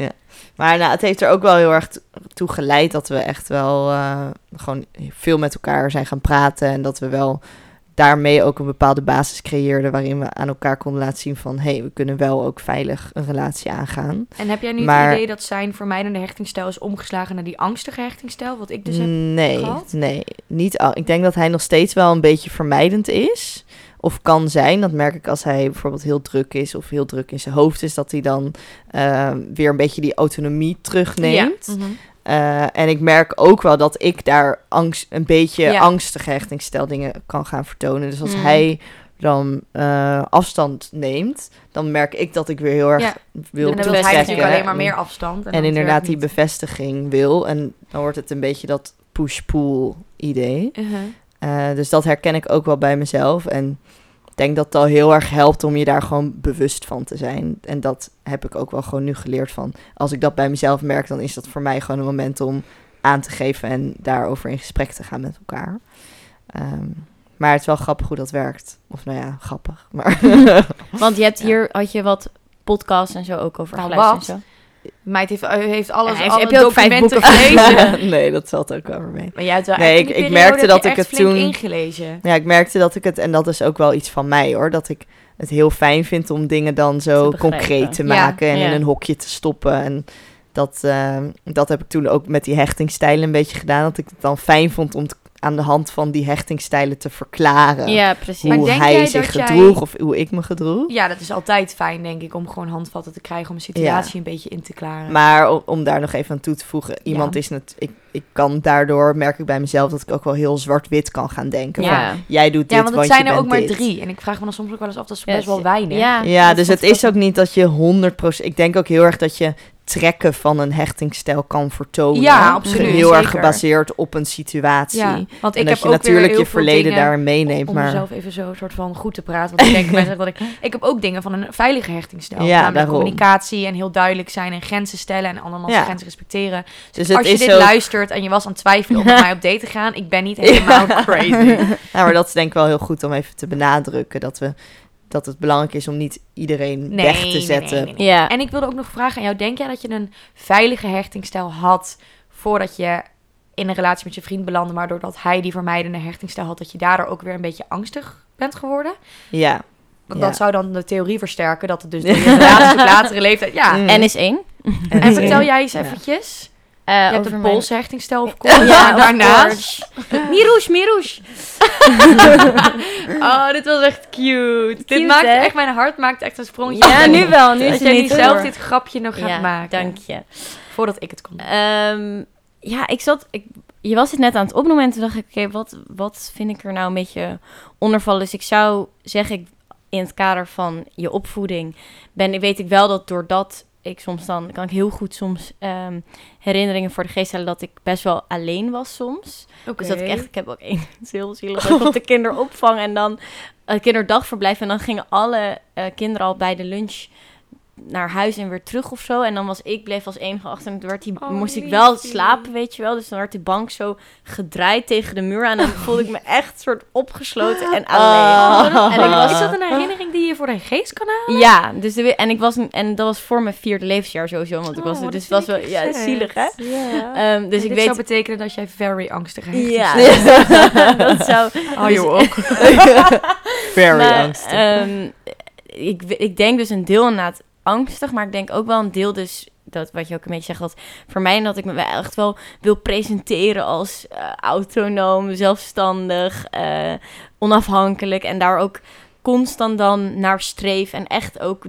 [SPEAKER 3] Maar nou, het heeft er ook wel heel erg t- toe geleid dat we echt wel eh, gewoon veel met elkaar zijn gaan praten. En dat we wel daarmee ook een bepaalde basis creëerden waarin we aan elkaar konden laten zien van... hé, hey, we kunnen wel ook veilig een relatie aangaan.
[SPEAKER 2] En heb jij nu
[SPEAKER 3] Maar-
[SPEAKER 2] het idee dat zijn vermijdende hechtingstijl is omgeslagen naar die angstige hechtingstijl? Wat ik dus heb.
[SPEAKER 3] Mm, nee,
[SPEAKER 2] gehad?
[SPEAKER 3] nee, niet al. Ik denk dat hij nog steeds wel een beetje vermijdend is. Of kan zijn, dat merk ik als hij bijvoorbeeld heel druk is of heel druk in zijn hoofd is... dat hij dan eh, weer een beetje die autonomie terugneemt.
[SPEAKER 2] Ja. Mhm.
[SPEAKER 3] Eh, en ik merk ook wel dat ik daar angst, een beetje
[SPEAKER 2] Ja.
[SPEAKER 3] angstige hechtingssteldingen kan gaan vertonen. Dus als
[SPEAKER 4] Mm.
[SPEAKER 3] hij dan eh, afstand neemt, dan merk ik dat ik weer heel erg
[SPEAKER 2] Ja. En
[SPEAKER 3] wil
[SPEAKER 2] dan wil hij natuurlijk
[SPEAKER 3] toetrekken.
[SPEAKER 2] alleen maar meer afstand.
[SPEAKER 3] En
[SPEAKER 2] dat
[SPEAKER 3] inderdaad die
[SPEAKER 2] werkt
[SPEAKER 3] bevestiging wil. En dan wordt het een beetje dat push-pull idee.
[SPEAKER 2] niet.
[SPEAKER 4] Uh-huh.
[SPEAKER 2] Mhm.
[SPEAKER 3] Eh, dus dat herken ik ook wel bij mezelf. En ik denk dat het al heel erg helpt om je daar gewoon bewust van te zijn. En dat heb ik ook wel gewoon nu geleerd van. Als ik dat bij mezelf merk, dan is dat voor mij gewoon een moment om aan te geven en daarover in gesprek te gaan met elkaar. Ehm, maar het is wel grappig hoe dat werkt. Of nou ja, grappig. Maar
[SPEAKER 4] Want je hebt
[SPEAKER 3] Ja.
[SPEAKER 4] hier, had je wat podcasts en zo ook over
[SPEAKER 2] Nou,
[SPEAKER 4] geluisterd
[SPEAKER 2] wat?
[SPEAKER 4] en zo.
[SPEAKER 2] Meid heeft, heeft alles,
[SPEAKER 4] Ja, hij heeft-
[SPEAKER 2] alle
[SPEAKER 4] heb je ook vijf
[SPEAKER 2] documenten
[SPEAKER 4] boeken
[SPEAKER 2] gelezen.
[SPEAKER 3] nee, dat zat ook wel weer mee.
[SPEAKER 2] Maar jij hebt wel
[SPEAKER 3] Nee,
[SPEAKER 2] echt in
[SPEAKER 3] ik-
[SPEAKER 2] die
[SPEAKER 3] ik
[SPEAKER 2] periode
[SPEAKER 3] merkte
[SPEAKER 2] heb
[SPEAKER 3] dat
[SPEAKER 2] je
[SPEAKER 3] ik
[SPEAKER 2] echt
[SPEAKER 3] het
[SPEAKER 2] flink
[SPEAKER 3] toen-
[SPEAKER 2] ingelezen.
[SPEAKER 3] Ja, ik merkte dat ik het, en dat is ook wel iets van mij hoor, dat ik het heel fijn vind om dingen dan zo
[SPEAKER 4] Te begrijpen.
[SPEAKER 3] concreet te
[SPEAKER 4] Ja,
[SPEAKER 3] maken en
[SPEAKER 4] ja.
[SPEAKER 3] in een hokje te stoppen. En dat, eh, dat heb ik toen ook met die hechtingstijlen een beetje gedaan, dat ik het dan fijn vond om t- aan de hand van die hechtingstijlen te verklaren.
[SPEAKER 4] Ja, precies.
[SPEAKER 2] Maar
[SPEAKER 3] Hoe
[SPEAKER 2] denk
[SPEAKER 3] hij
[SPEAKER 2] jij
[SPEAKER 3] zich
[SPEAKER 2] dat jij-
[SPEAKER 3] gedroeg of hoe ik me gedroeg.
[SPEAKER 2] Ja, dat is altijd fijn, denk ik, om gewoon handvatten te krijgen om een situatie een beetje in te klaren.
[SPEAKER 3] Maar om, om daar nog even aan toe te voegen, iemand
[SPEAKER 2] Ja.
[SPEAKER 3] is net, ik, ik kan daardoor, merk ik bij mezelf, dat ik ook wel heel zwart-wit kan gaan denken. Van,
[SPEAKER 4] ja.
[SPEAKER 3] jij doet dit,
[SPEAKER 2] ja, want het
[SPEAKER 3] want
[SPEAKER 2] zijn
[SPEAKER 3] je
[SPEAKER 2] er ook
[SPEAKER 3] bent
[SPEAKER 2] maar
[SPEAKER 3] dit.
[SPEAKER 2] drie. En ik vraag me dan soms ook wel eens af, dat is
[SPEAKER 4] Ja,
[SPEAKER 2] best wel
[SPEAKER 4] ze-
[SPEAKER 2] weinig.
[SPEAKER 4] Ja,
[SPEAKER 3] Ja,
[SPEAKER 4] dat
[SPEAKER 3] dus
[SPEAKER 4] vond
[SPEAKER 3] het
[SPEAKER 4] ik
[SPEAKER 3] is ook niet dat je 100%. Ik denk ook heel erg dat je trekken van een hechtingsstijl kan vertonen.
[SPEAKER 2] Ja, absoluut,
[SPEAKER 3] Heel erg
[SPEAKER 2] zeker.
[SPEAKER 3] gebaseerd op een situatie.
[SPEAKER 2] Ja, want
[SPEAKER 3] En
[SPEAKER 2] ik heb
[SPEAKER 3] dat je
[SPEAKER 2] ook weer
[SPEAKER 3] natuurlijk
[SPEAKER 2] heel veel
[SPEAKER 3] je verleden
[SPEAKER 2] dingen
[SPEAKER 3] daarin meeneemt.
[SPEAKER 2] om
[SPEAKER 3] Maar
[SPEAKER 2] mezelf even zo een soort van goed te praten. Want ik denk mensen dat ik... Ik heb ook dingen van een veilige hechtingstijl.
[SPEAKER 3] Ja,
[SPEAKER 2] namelijk
[SPEAKER 3] daarom.
[SPEAKER 2] communicatie en heel duidelijk zijn en grenzen stellen en andermans
[SPEAKER 3] Ja.
[SPEAKER 2] grenzen respecteren.
[SPEAKER 3] dus het
[SPEAKER 2] Als je
[SPEAKER 3] is
[SPEAKER 2] dit
[SPEAKER 3] zo.
[SPEAKER 2] luistert en je was aan het twijfelen om met mij op date te gaan, ik ben niet helemaal crazy.
[SPEAKER 3] Nou, maar dat is denk ik wel heel goed om even te benadrukken. Dat, we, dat het belangrijk is om niet iedereen
[SPEAKER 2] Nee,
[SPEAKER 3] weg
[SPEAKER 2] nee,
[SPEAKER 3] te
[SPEAKER 2] nee,
[SPEAKER 3] zetten.
[SPEAKER 2] nee, nee.
[SPEAKER 4] Ja.
[SPEAKER 2] En ik wilde ook nog vragen aan jou, denk jij dat je een veilige hechtingstijl had voordat je in een relatie met je vriend belandde, maar doordat hij die vermijdende hechtingstijl had, dat je daardoor ook weer een beetje angstig bent geworden?
[SPEAKER 3] Ja.
[SPEAKER 2] Want
[SPEAKER 3] Ja.
[SPEAKER 2] dat zou dan de theorie versterken dat het dus door je relatie op latere leeftijd... Ja,
[SPEAKER 3] Mm.
[SPEAKER 4] En is één.
[SPEAKER 2] en
[SPEAKER 4] Mm.
[SPEAKER 2] vertel jij eens
[SPEAKER 3] Ja.
[SPEAKER 2] eventjes...
[SPEAKER 4] Eh,
[SPEAKER 2] Je hebt
[SPEAKER 4] over
[SPEAKER 2] een
[SPEAKER 4] mijn-
[SPEAKER 2] Poolse hechtingstijl of koers, maar daarnaast... Miroes, Miroes! oh, dit was echt cute. dit
[SPEAKER 4] Cute,
[SPEAKER 2] maakt
[SPEAKER 4] hè?
[SPEAKER 2] echt, mijn hart maakt echt een sprongetje.
[SPEAKER 4] Ja, nu wel. Nu is
[SPEAKER 2] Dat
[SPEAKER 4] het
[SPEAKER 2] jij nu
[SPEAKER 4] niet
[SPEAKER 2] zelf
[SPEAKER 4] door.
[SPEAKER 2] dit grapje nog gaat
[SPEAKER 4] ja,
[SPEAKER 2] maken.
[SPEAKER 4] dank je.
[SPEAKER 2] Voordat ik het kon.
[SPEAKER 4] Ehm, ja, ik zat... Ik, je was het net aan het opnoemen en toen dacht ik... Oké, wat, wat vind ik er nou een beetje onder vallen? Dus ik zou zeggen, ik, in het kader van je opvoeding... Ben, weet ik wel dat doordat ik soms dan... Kan ik heel goed soms ehm, herinneringen voor de geest halen... Dat ik best wel alleen was soms. Dus dat ik echt, ik heb ook één het is heel zielig dat ik op de kinderopvang en dan eh, kinderdagverblijf. En dan gingen alle eh, kinderen al bij de lunch naar huis en weer terug of zo. En dan was ik, bleef als enige achter. En toen werd die,
[SPEAKER 2] Oh,
[SPEAKER 4] moest ik wel
[SPEAKER 2] liefie.
[SPEAKER 4] slapen, weet je wel. Dus dan werd die bank zo gedraaid tegen de muur. aan En dan voelde ik me echt soort opgesloten en alleen.
[SPEAKER 3] Oh.
[SPEAKER 4] En ik was-
[SPEAKER 2] Is dat een herinnering die je voor de geest kan halen?
[SPEAKER 4] Ja, dus de, en, ik was, en dat was voor mijn vierde levensjaar sowieso. Want ik was,
[SPEAKER 2] Oh,
[SPEAKER 4] dus
[SPEAKER 2] dat
[SPEAKER 4] was
[SPEAKER 2] vind
[SPEAKER 4] wel
[SPEAKER 2] ik
[SPEAKER 4] ja,
[SPEAKER 2] echt.
[SPEAKER 4] zielig, hè?
[SPEAKER 3] Ja.
[SPEAKER 4] Ehm, dus
[SPEAKER 2] dit
[SPEAKER 4] ik weet...
[SPEAKER 2] zou betekenen dat jij very angstig hebt.
[SPEAKER 4] ja, dat zou... dus
[SPEAKER 2] Oh joh. ook.
[SPEAKER 3] Very
[SPEAKER 4] Maar,
[SPEAKER 3] angstig.
[SPEAKER 2] eh,
[SPEAKER 4] ehm, ik, we- ik denk dus een deel inderdaad angstig, maar ik denk ook wel een deel dus dat wat je ook een beetje zegt dat vermijden dat ik me wel echt wel wil presenteren als eh, autonoom, zelfstandig, eh, onafhankelijk en daar ook constant dan naar streef en echt ook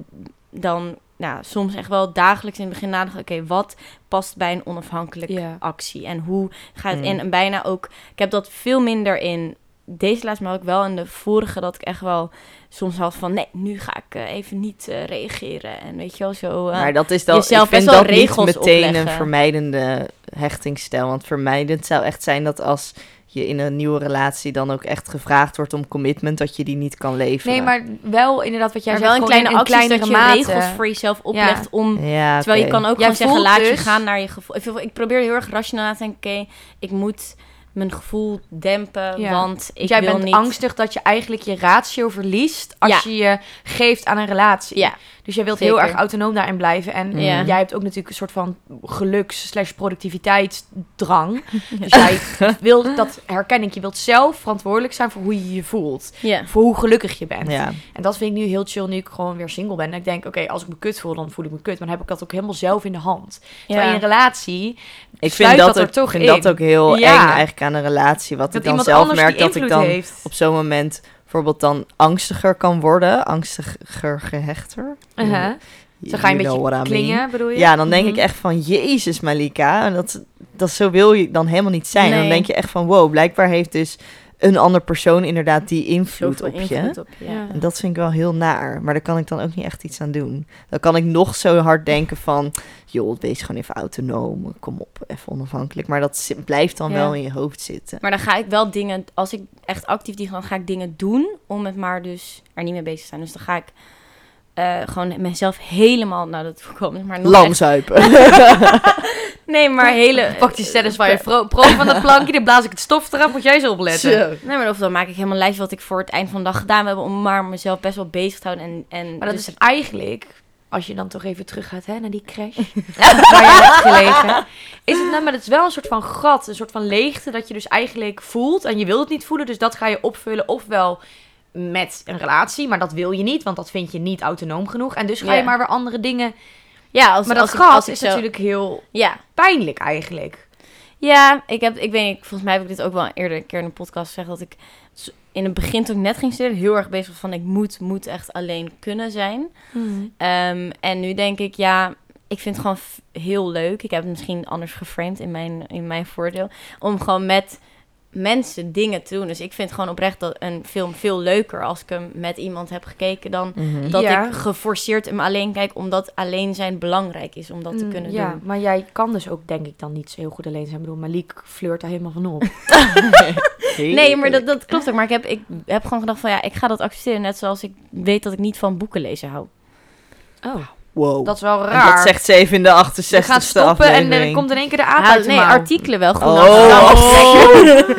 [SPEAKER 4] dan nou, soms echt wel dagelijks in het begin nadenken oké wat past bij een onafhankelijk
[SPEAKER 2] Ja.
[SPEAKER 4] actie en hoe gaat
[SPEAKER 3] Mm.
[SPEAKER 2] Hmm.
[SPEAKER 4] in en bijna ook ik heb dat veel minder in deze laatste maar ook wel in de vorige dat ik echt wel soms had van nee nu ga ik eh, even niet eh, reageren en weet je wel zo eh,
[SPEAKER 3] maar dat is dan,
[SPEAKER 4] jezelf
[SPEAKER 3] ik vind
[SPEAKER 4] best wel
[SPEAKER 3] dat niet
[SPEAKER 4] regels
[SPEAKER 3] meteen een
[SPEAKER 4] opleggen.
[SPEAKER 3] vermijdende hechtingsstijl. Want vermijdend zou echt zijn dat als je in een nieuwe relatie dan ook echt gevraagd wordt om commitment, dat je die niet kan leveren.
[SPEAKER 2] Nee, maar wel inderdaad wat jij
[SPEAKER 4] maar
[SPEAKER 2] zegt.
[SPEAKER 4] wel in
[SPEAKER 2] gewoon
[SPEAKER 4] kleine
[SPEAKER 2] in
[SPEAKER 4] acties dat je
[SPEAKER 2] kleinere
[SPEAKER 4] regels
[SPEAKER 2] mate.
[SPEAKER 4] voor jezelf oplegt om
[SPEAKER 3] Ja,
[SPEAKER 4] Terwijl je
[SPEAKER 3] oké.
[SPEAKER 4] kan ook
[SPEAKER 2] Jij
[SPEAKER 4] gewoon zeggen,
[SPEAKER 2] voelt
[SPEAKER 4] laat je
[SPEAKER 2] dus-
[SPEAKER 4] gaan naar je gevoel. Ik vind- Ik probeer heel erg rationeel te denken, oké, ik moet mijn gevoel dempen,
[SPEAKER 2] Ja.
[SPEAKER 4] want ik
[SPEAKER 2] Want jij
[SPEAKER 4] wil
[SPEAKER 2] bent
[SPEAKER 4] niet...
[SPEAKER 2] angstig dat je eigenlijk je ratio verliest als je je geeft aan een relatie.
[SPEAKER 4] Ja.
[SPEAKER 2] Dus jij wilt
[SPEAKER 4] Zeker.
[SPEAKER 2] heel erg autonoom daarin blijven. En
[SPEAKER 4] Ja.
[SPEAKER 2] jij hebt ook natuurlijk een soort van geluks- slash productiviteitsdrang. Dus jij wilt, dat herken ik, je wilt zelf verantwoordelijk zijn voor hoe je je voelt.
[SPEAKER 4] Ja.
[SPEAKER 2] Voor hoe gelukkig je bent.
[SPEAKER 3] Ja.
[SPEAKER 2] En dat vind ik nu heel chill nu ik gewoon weer single ben. En ik denk, oké, als ik me kut voel, dan voel ik me kut. Maar dan heb ik dat ook helemaal zelf in de hand. Terwijl in een relatie,
[SPEAKER 3] Ik vind
[SPEAKER 2] Sluit
[SPEAKER 3] dat,
[SPEAKER 2] dat er
[SPEAKER 3] ook,
[SPEAKER 2] toch
[SPEAKER 3] vind dat
[SPEAKER 2] in.
[SPEAKER 3] ook heel
[SPEAKER 2] Ja.
[SPEAKER 3] eng eigenlijk aan een relatie. Wat
[SPEAKER 2] dat
[SPEAKER 3] ik dan
[SPEAKER 2] iemand
[SPEAKER 3] zelf
[SPEAKER 2] anders
[SPEAKER 3] merk
[SPEAKER 2] die
[SPEAKER 3] dat ik
[SPEAKER 2] invloed
[SPEAKER 3] dan
[SPEAKER 2] heeft.
[SPEAKER 3] op zo'n moment bijvoorbeeld dan angstiger kan worden. Angstiger gehechter.
[SPEAKER 2] Uh-huh. Zo ga je een beetje klingen, bedoel je?
[SPEAKER 3] Ja, dan denk ik
[SPEAKER 2] Mhm.
[SPEAKER 3] echt van, jezus Malika, dat, dat zo wil je dan helemaal niet zijn. Dan
[SPEAKER 4] Nee.
[SPEAKER 3] denk je echt van, wow, blijkbaar heeft dus een ander persoon inderdaad die invloed
[SPEAKER 4] Zoveel
[SPEAKER 3] op je.
[SPEAKER 4] invloed op je.
[SPEAKER 2] Ja.
[SPEAKER 3] En dat vind ik wel heel naar, maar daar kan ik dan ook niet echt iets aan doen. Dan kan ik nog zo hard denken van, joh, wees gewoon even autonoom, kom op, even onafhankelijk. Maar dat zi- blijft dan
[SPEAKER 4] Ja.
[SPEAKER 3] wel in je hoofd zitten.
[SPEAKER 4] Maar dan ga ik wel dingen, als ik echt actief die dan ga ik dingen doen om het maar dus er niet mee bezig te zijn. Dus dan ga ik eh, gewoon mezelf helemaal, nou dat voorkomt, maar nog
[SPEAKER 3] Lam
[SPEAKER 4] echt-
[SPEAKER 3] zuipen.
[SPEAKER 4] Nee, maar hele...
[SPEAKER 2] Pak die
[SPEAKER 4] Eh,
[SPEAKER 2] satisfier pro, pro van dat plankje, dan blaas ik het stof eraf, moet jij zo opletten.
[SPEAKER 4] Nee, maar of dan maak ik helemaal een lijst wat ik voor het eind van de dag gedaan heb om maar mezelf best wel bezig te houden. En, en
[SPEAKER 2] Maar dat
[SPEAKER 4] dus-
[SPEAKER 2] is eigenlijk, als je dan toch even teruggaat hè, naar die crash waar je hebt gelegen, is het, nou, maar het is wel een soort van gat, een soort van leegte dat je dus eigenlijk voelt en je wilt het niet voelen, dus dat ga je opvullen ofwel met een relatie, maar dat wil je niet, want dat vind je niet autonoom genoeg en dus ga
[SPEAKER 4] Ja.
[SPEAKER 2] je maar weer andere dingen.
[SPEAKER 4] ja, als,
[SPEAKER 2] maar
[SPEAKER 4] als
[SPEAKER 2] dat
[SPEAKER 4] ik-
[SPEAKER 2] gat
[SPEAKER 4] als ik
[SPEAKER 2] is
[SPEAKER 4] zo-
[SPEAKER 2] natuurlijk heel
[SPEAKER 4] Ja,
[SPEAKER 2] pijnlijk eigenlijk.
[SPEAKER 4] Ja, ik, heb, ik weet niet, volgens mij heb ik dit ook wel eerder een keer in een podcast gezegd, dat ik s- in het begin toen ik net ging studeren heel erg bezig was van ik moet, moet echt alleen kunnen zijn.
[SPEAKER 2] Hmm.
[SPEAKER 4] Ehm, en nu denk ik, ja, ik vind het gewoon f- heel leuk, ik heb het misschien anders geframed in mijn, in mijn voordeel, om gewoon met mensen dingen te doen. Dus ik vind gewoon oprecht dat een film veel leuker als ik hem met iemand heb gekeken dan
[SPEAKER 3] Mhm.
[SPEAKER 4] dat
[SPEAKER 2] Ja.
[SPEAKER 4] ik geforceerd hem alleen kijk, omdat alleen zijn belangrijk is om dat te
[SPEAKER 2] Mm,
[SPEAKER 4] kunnen
[SPEAKER 2] ja,
[SPEAKER 4] doen.
[SPEAKER 2] maar jij kan dus ook denk ik dan niet zo heel goed alleen zijn. Ik bedoel, Malik flirt daar helemaal van op.
[SPEAKER 4] Nee, maar dat, dat klopt ook. Maar ik heb, ik heb gewoon gedacht van ja, ik ga dat accepteren. Net zoals ik weet dat ik niet van boeken lezen hou.
[SPEAKER 2] Oh,
[SPEAKER 3] Wow.
[SPEAKER 2] dat is wel
[SPEAKER 3] En
[SPEAKER 2] raar.
[SPEAKER 3] dat zegt ze even in de 68ste
[SPEAKER 2] Ze gaat stoppen en er
[SPEAKER 3] aflevering.
[SPEAKER 2] komt in één keer de aap
[SPEAKER 4] Ah,
[SPEAKER 2] uit de
[SPEAKER 4] nee,
[SPEAKER 2] mouw.
[SPEAKER 4] artikelen wel. Gewoon
[SPEAKER 3] Oh,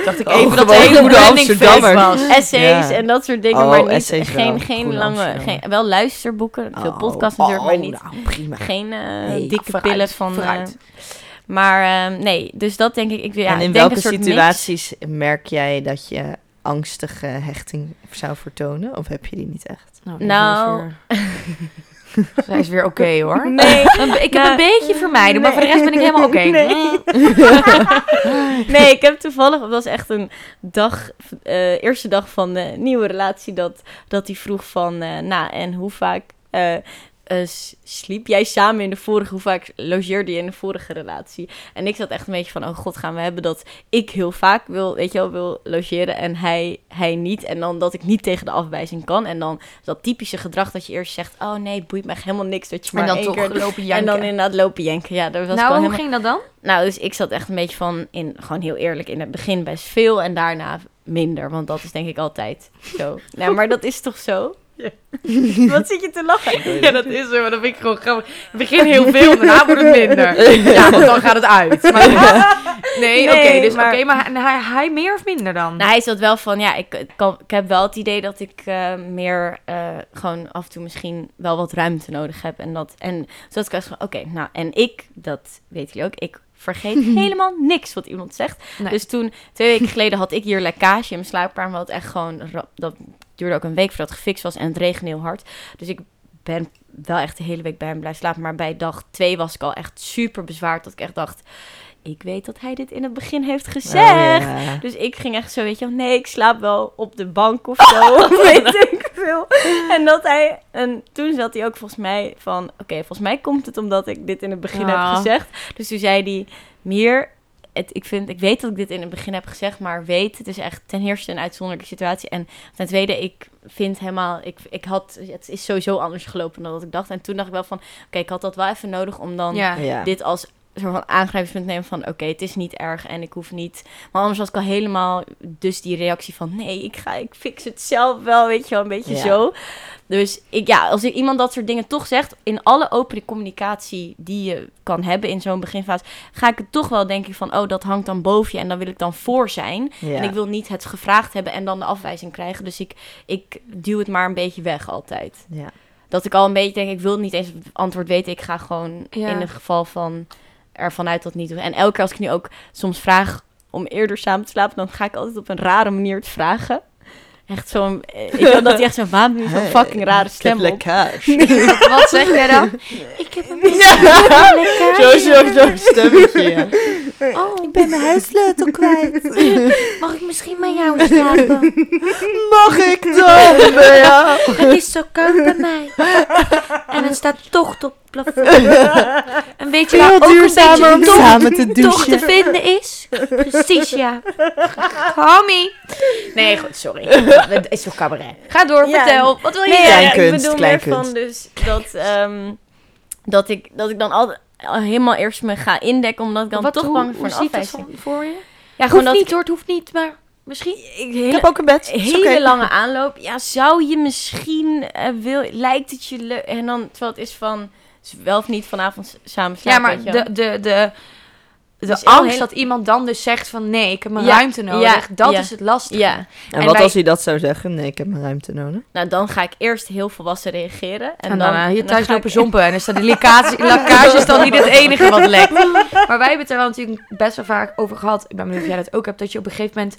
[SPEAKER 2] Dacht ik
[SPEAKER 3] Oh,
[SPEAKER 2] even dat de
[SPEAKER 3] gewoon
[SPEAKER 2] hele
[SPEAKER 3] goede
[SPEAKER 2] branding
[SPEAKER 3] Amsterdammer.
[SPEAKER 2] fake was.
[SPEAKER 4] Essays
[SPEAKER 3] Ja.
[SPEAKER 4] en dat soort dingen.
[SPEAKER 3] Oh,
[SPEAKER 4] maar niet,
[SPEAKER 3] essays wel.
[SPEAKER 4] geen, geen
[SPEAKER 3] Goede
[SPEAKER 4] lange,
[SPEAKER 3] Amsterdammer.
[SPEAKER 4] geen, wel luisterboeken. Veel
[SPEAKER 3] Oh,
[SPEAKER 4] podcasts natuurlijk, maar
[SPEAKER 3] oh,
[SPEAKER 4] niet.
[SPEAKER 3] nou, prima.
[SPEAKER 4] Geen eh,
[SPEAKER 2] Nee,
[SPEAKER 4] dikke
[SPEAKER 2] vooruit,
[SPEAKER 4] pillen van. eh,
[SPEAKER 2] vooruit.
[SPEAKER 4] maar ehm, nee, dus dat denk ik. ik ja,
[SPEAKER 3] en
[SPEAKER 4] ik
[SPEAKER 3] in
[SPEAKER 4] denk
[SPEAKER 3] welke
[SPEAKER 4] een soort mix.
[SPEAKER 3] situaties merk jij dat je angstige hechting zou vertonen? Of heb je die niet echt?
[SPEAKER 4] Nou.
[SPEAKER 2] zij is weer- Zij is weer oké hoor.
[SPEAKER 4] Nee,
[SPEAKER 2] Ik heb een beetje vermijden, maar voor de rest ben ik helemaal oké.
[SPEAKER 4] Nee. nee, ik heb toevallig, het was echt een dag, eh, eerste dag van de nieuwe relatie, dat, dat hij vroeg van, eh nou, en hoe vaak eh, eh, s- sliep jij samen in de vorige, hoe vaak logeerde je in de vorige relatie? En ik zat echt een beetje van, oh god, gaan we hebben dat ik heel vaak wil, weet je wel, wil logeren en hij, hij niet. En dan dat ik niet tegen de afwijzing kan. En dan dat typische gedrag dat je eerst zegt, oh nee, het boeit me echt helemaal niks dat je maar
[SPEAKER 2] En dan
[SPEAKER 4] één
[SPEAKER 2] toch
[SPEAKER 4] keer
[SPEAKER 2] lopen janken.
[SPEAKER 4] en dan inderdaad lopen jenken. Ja, daar was ik
[SPEAKER 2] nou,
[SPEAKER 4] al
[SPEAKER 2] hoe
[SPEAKER 4] helemaal...
[SPEAKER 2] ging dat dan?
[SPEAKER 4] Nou, dus ik zat echt een beetje van, in, gewoon heel eerlijk, in het begin best veel en daarna minder. Want dat is denk ik altijd zo. nou, maar dat is toch zo? Wat zit je te lachen?
[SPEAKER 2] Ja, dat is zo, maar dat vind ik gewoon grappig. Het begint heel veel en daarna wordt het minder. Ja, want dan gaat het uit. Maar, nee,
[SPEAKER 4] Nee,
[SPEAKER 2] oké, dus
[SPEAKER 4] maar-
[SPEAKER 2] oké, maar hij, hij meer of minder dan?
[SPEAKER 4] Nou, hij zat wel van, ja, ik, ik kan, ik heb wel het idee dat ik eh, meer eh, gewoon af en toe misschien wel wat ruimte nodig heb. En dat, en zodat ik echt van, oké, nou, en ik, dat weten jullie ook, ik vergeet helemaal niks wat iemand zegt.
[SPEAKER 2] Nee.
[SPEAKER 4] Dus toen, twee weken geleden had ik hier lekkage in mijn slaapkamer, wat echt gewoon, ra- dat duurde ook een week voordat het gefixt was en het regende heel hard. Dus ik ben wel echt de hele week bij hem blijven slapen, maar bij dag twee was ik al echt super bezwaard, dat ik echt dacht, ik weet dat hij dit in het begin heeft gezegd.
[SPEAKER 3] Oh, ja.
[SPEAKER 4] Dus ik ging echt zo, weet je wel, nee, ik slaap wel op de bank of zo, of weet ik veel. En, dat hij, en toen zat hij ook volgens mij van, oké, volgens mij komt het omdat ik dit in het begin
[SPEAKER 2] Ah.
[SPEAKER 4] heb gezegd. Dus toen zei hij, Mier, het, ik, vind, ik weet dat ik dit in het begin heb gezegd, maar weet, het is echt ten eerste een uitzonderlijke situatie. En ten tweede, ik vind helemaal, ik, ik had, het is sowieso anders gelopen dan dat ik dacht. En toen dacht ik wel van, oké, ik had dat wel even nodig om dan
[SPEAKER 2] ja.
[SPEAKER 3] Ja.
[SPEAKER 4] dit als soort van aangrijpingspunt nemen van oké, het is niet erg en ik hoef niet. Maar anders was ik al helemaal dus die reactie van nee, ik ga, ik fix het zelf wel, weet je wel, een beetje
[SPEAKER 3] Ja.
[SPEAKER 4] zo. Dus ik, ja, als iemand dat soort dingen toch zegt, in alle open communicatie die je kan hebben in zo'n beginfase, ga ik het toch wel denken van oh, dat hangt dan boven je en dan wil ik dan voor zijn.
[SPEAKER 3] Ja.
[SPEAKER 4] En ik wil niet het gevraagd hebben en dan de afwijzing krijgen. Dus ik, ik duw het maar een beetje weg altijd
[SPEAKER 3] Ja.
[SPEAKER 4] dat ik al een beetje denk, ik wil niet eens het antwoord weten. Ik ga gewoon
[SPEAKER 2] Ja.
[SPEAKER 4] in het geval van ervan uit dat het niet doen. En elke keer als ik nu ook soms vraag om eerder samen te slapen, dan ga ik altijd op een rare manier het vragen. Echt zo'n, eh, ik wil dat hij echt zo'n waarom nu zo'n
[SPEAKER 3] Hey,
[SPEAKER 4] fucking rare
[SPEAKER 3] Ik heb
[SPEAKER 4] stem op.
[SPEAKER 3] lekkage.
[SPEAKER 2] Wat zeg jij dan? Ik heb een beetje
[SPEAKER 3] Zo, zo, zo, stemmetje. ja.
[SPEAKER 2] Oh,
[SPEAKER 5] Ik ben mijn huissleutel kwijt.
[SPEAKER 2] mag ik misschien bij jou slapen?
[SPEAKER 3] Mag ik dan? Ja.
[SPEAKER 5] Het is zo koud bij mij. En het staat tocht op het plafond.
[SPEAKER 2] Een beetje
[SPEAKER 3] Veel
[SPEAKER 2] waar ook een
[SPEAKER 3] duurzamer
[SPEAKER 2] beetje
[SPEAKER 3] om samen te
[SPEAKER 5] Toch te
[SPEAKER 3] douchen.
[SPEAKER 5] vinden is. Precies, ja.
[SPEAKER 2] Tommy. Nee, goed, sorry. Het is toch cabaret. Ga door,
[SPEAKER 4] Ja.
[SPEAKER 2] vertel. Wat wil je
[SPEAKER 4] Nee, ja, ja, ik
[SPEAKER 3] Kleinkunst,
[SPEAKER 4] bedoel meer
[SPEAKER 3] kleinkunst.
[SPEAKER 4] van dus dat, ehm, dat, ik, dat ik dan altijd al helemaal eerst me ga indekken, omdat ik dan
[SPEAKER 2] Wat,
[SPEAKER 4] toch
[SPEAKER 2] hoe-
[SPEAKER 4] bang ben
[SPEAKER 2] hoe
[SPEAKER 4] voor een
[SPEAKER 2] ziet dat
[SPEAKER 4] afwijzing.
[SPEAKER 2] van- voor je?
[SPEAKER 4] Ja,
[SPEAKER 2] Hoeft
[SPEAKER 4] dat
[SPEAKER 2] niet hoor, het hoeft niet, maar misschien.
[SPEAKER 4] ik,
[SPEAKER 3] Ik
[SPEAKER 4] hele,
[SPEAKER 3] heb ook een bed.
[SPEAKER 4] Een
[SPEAKER 3] Is
[SPEAKER 4] hele
[SPEAKER 3] oké.
[SPEAKER 4] lange aanloop. Ja, zou je misschien eh, wil, lijkt het je leuk? En dan terwijl het is van is wel of niet vanavond s- samen
[SPEAKER 2] Ja,
[SPEAKER 4] slapen.
[SPEAKER 2] maar
[SPEAKER 4] weet je wel.
[SPEAKER 2] de, de, de, de
[SPEAKER 4] Dus heel
[SPEAKER 2] angst
[SPEAKER 4] heel-
[SPEAKER 2] dat iemand dan dus zegt van nee, ik heb mijn
[SPEAKER 4] Ja,
[SPEAKER 2] ruimte nodig.
[SPEAKER 4] ja,
[SPEAKER 2] dat
[SPEAKER 4] ja.
[SPEAKER 2] is het lastige.
[SPEAKER 4] ja,
[SPEAKER 3] En,
[SPEAKER 2] En
[SPEAKER 3] wat
[SPEAKER 2] wij-
[SPEAKER 3] als hij dat zou zeggen? Nee, ik heb mijn ruimte nodig.
[SPEAKER 4] nou dan ga ik eerst heel volwassen reageren. En,
[SPEAKER 2] En, dan, eh, hier
[SPEAKER 4] en
[SPEAKER 2] thuis
[SPEAKER 4] ga
[SPEAKER 2] lopen
[SPEAKER 4] ik-
[SPEAKER 2] zompen en dan staat die lekage, lekage is dan niet het enige wat lekt. Maar wij hebben het er wel natuurlijk best wel vaak over gehad. Ik ben benieuwd of jij dat ook hebt, dat je op een gegeven moment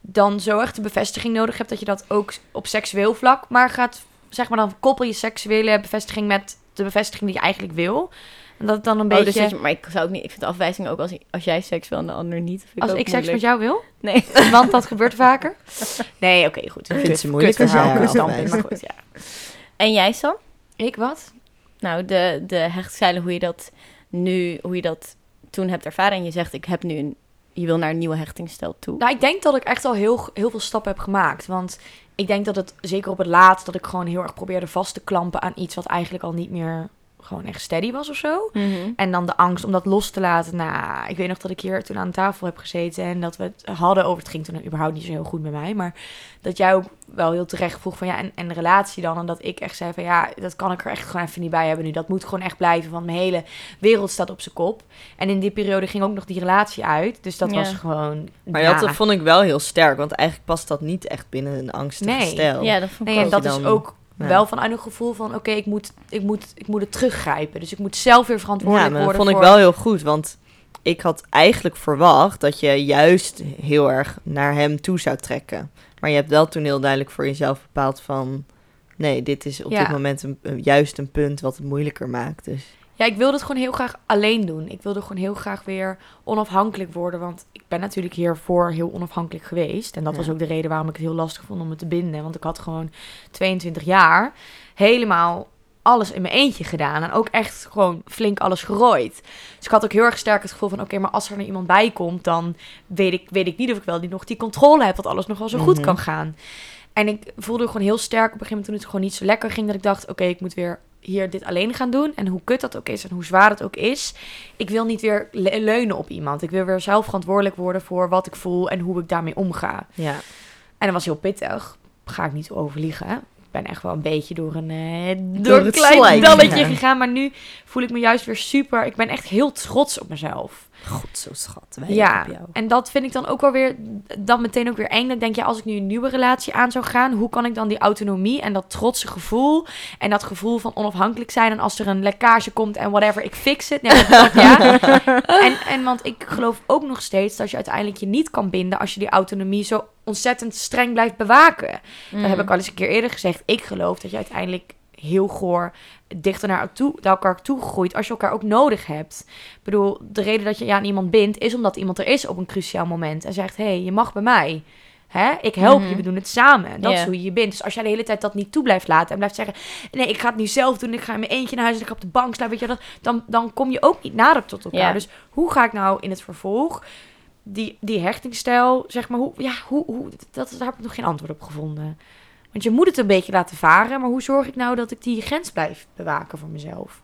[SPEAKER 2] dan zo echt de bevestiging nodig hebt dat je dat ook op seksueel vlak maar gaat, zeg maar dan koppel je seksuele bevestiging met de bevestiging die je eigenlijk wil. En dat het dan een
[SPEAKER 4] Oh,
[SPEAKER 2] beetje,
[SPEAKER 4] dus dat je- maar ik zou ook niet. Ik vind de afwijzing ook als, als jij seks wil en de ander niet. vind
[SPEAKER 2] als
[SPEAKER 4] ook
[SPEAKER 2] ik seks met
[SPEAKER 4] moeilijk.
[SPEAKER 2] jou wil,
[SPEAKER 4] Nee.
[SPEAKER 2] want dat gebeurt vaker. Nee, oké, goed.
[SPEAKER 3] Ik vind ze moeilijk
[SPEAKER 2] Kut
[SPEAKER 3] als
[SPEAKER 2] verhaal,
[SPEAKER 3] jij
[SPEAKER 2] kut standpunt,
[SPEAKER 3] afwijst.
[SPEAKER 2] maar goed, ja.
[SPEAKER 4] En jij Sam?
[SPEAKER 2] Ik wat?
[SPEAKER 4] Nou, de, de hechtzeilen, hoe je dat nu, hoe je dat toen hebt ervaren. En je zegt, ik heb nu een, je wil naar een nieuwe hechtingsstijl toe.
[SPEAKER 2] Nou, ik denk dat ik echt al heel, heel veel stappen heb gemaakt. Want ik denk dat het, zeker op het laatst, dat ik gewoon heel erg probeerde vast te klampen aan iets wat eigenlijk al niet meer gewoon echt steady was of zo.
[SPEAKER 4] Mhm.
[SPEAKER 2] En dan de angst om dat los te laten. Nou, ik weet nog dat ik hier toen aan tafel heb gezeten en dat we het hadden over. Het ging toen überhaupt niet zo heel goed met mij. Maar dat jij ook wel heel terecht vroeg van ja, en, en de relatie dan. En dat ik echt zei van ja, dat kan ik er echt gewoon even niet bij hebben nu. Dat moet gewoon echt blijven, want mijn hele wereld staat op zijn kop. En in die periode ging ook nog die relatie uit. Dus dat
[SPEAKER 4] Ja.
[SPEAKER 2] was gewoon.
[SPEAKER 3] Maar
[SPEAKER 2] ja.
[SPEAKER 3] dat vond ik wel heel sterk, want eigenlijk past dat niet echt binnen een angstige
[SPEAKER 2] Nee.
[SPEAKER 3] stijl.
[SPEAKER 4] Ja, dat vond ik
[SPEAKER 2] Nee, en
[SPEAKER 4] ook.
[SPEAKER 2] dat
[SPEAKER 3] je
[SPEAKER 2] is
[SPEAKER 3] dan-
[SPEAKER 2] ook
[SPEAKER 3] ja.
[SPEAKER 2] wel vanuit een gevoel van... oké, ik, moet, ik, moet, ik moet het teruggrijpen. Dus ik moet zelf weer
[SPEAKER 3] Ja,
[SPEAKER 2] verantwoordelijk
[SPEAKER 3] maar dat
[SPEAKER 2] worden
[SPEAKER 3] vond ik
[SPEAKER 2] voor...
[SPEAKER 3] wel heel goed, want ik had eigenlijk verwacht dat je juist heel erg naar hem toe zou trekken. Maar je hebt wel toen heel duidelijk voor jezelf bepaald van... Nee, dit is op
[SPEAKER 2] Ja.
[SPEAKER 3] dit moment een, een- juist een punt wat het moeilijker maakt. Dus
[SPEAKER 2] Ja, ik wilde het gewoon heel graag alleen doen. Ik wilde gewoon heel graag weer onafhankelijk worden. Want ik ben natuurlijk hiervoor heel onafhankelijk geweest. En dat
[SPEAKER 3] Ja.
[SPEAKER 2] was ook de reden waarom ik het heel lastig vond om me te binden. Want ik had gewoon 22 jaar helemaal alles in mijn eentje gedaan. En ook echt gewoon flink alles gerooid. Dus ik had ook heel erg sterk het gevoel van... oké, maar als er nou iemand bij komt... dan weet ik, weet ik niet of ik wel die, nog die controle heb... dat alles nog wel zo goed
[SPEAKER 3] Mhm.
[SPEAKER 2] kan gaan. En ik voelde gewoon heel sterk op een gegeven moment... toen het gewoon niet zo lekker ging... dat ik dacht, oké, ik moet weer hier dit alleen gaan doen. En hoe kut dat ook is en hoe zwaar het ook is... ik wil niet weer le- leunen op iemand. Ik wil weer zelf verantwoordelijk worden voor wat ik voel... en hoe ik daarmee omga.
[SPEAKER 3] ja,
[SPEAKER 2] En dat was heel pittig. Ga ik niet overliegen. ben echt wel een beetje door een, eh, door
[SPEAKER 3] Door
[SPEAKER 2] een
[SPEAKER 3] het
[SPEAKER 2] klein
[SPEAKER 3] slijten
[SPEAKER 2] dalletje
[SPEAKER 3] gegaan.
[SPEAKER 2] gegaan. Maar nu voel ik me juist weer super. Ik ben echt heel trots op mezelf.
[SPEAKER 3] God, zo schat. Wij
[SPEAKER 2] Ja,
[SPEAKER 3] op jou.
[SPEAKER 2] en dat vind ik dan ook wel weer, dan meteen ook weer eng. Dan denk je, als ik nu een nieuwe relatie aan zou gaan, hoe kan ik dan die autonomie en dat trotse gevoel en dat gevoel van onafhankelijk zijn en als er een lekkage komt en whatever, ik fix het. Nee, maar dat- ja. en, en want ik geloof ook nog steeds dat je uiteindelijk je niet kan binden als je die autonomie zo ontzettend streng blijft bewaken. Dat
[SPEAKER 4] Mm.
[SPEAKER 2] heb ik al eens een keer eerder gezegd. Ik geloof dat je uiteindelijk heel goor dichter naar, toe, naar elkaar toe groeit als je elkaar ook nodig hebt. Ik bedoel, de reden dat je je aan iemand bindt is omdat iemand er is op een cruciaal moment en zegt: hé, hey, je mag bij mij. Hè? Ik help
[SPEAKER 4] Mhm.
[SPEAKER 2] je, we doen het samen. Dat
[SPEAKER 4] Ja.
[SPEAKER 2] is hoe je je bindt. Dus als jij de hele tijd dat niet toe blijft laten en blijft zeggen: nee, ik ga het nu zelf doen, ik ga in mijn eentje naar huis en ik ga op de bank slaan, weet je dat, dan, dan kom je ook niet nader tot elkaar.
[SPEAKER 4] Ja.
[SPEAKER 2] Dus hoe ga ik nou in het vervolg die, die hechtingstijl, zeg maar, hoe, ja, hoe, hoe, dat, daar heb ik nog geen antwoord op gevonden. Want je moet het een beetje laten varen. Maar hoe zorg ik nou dat ik die grens blijf bewaken voor mezelf?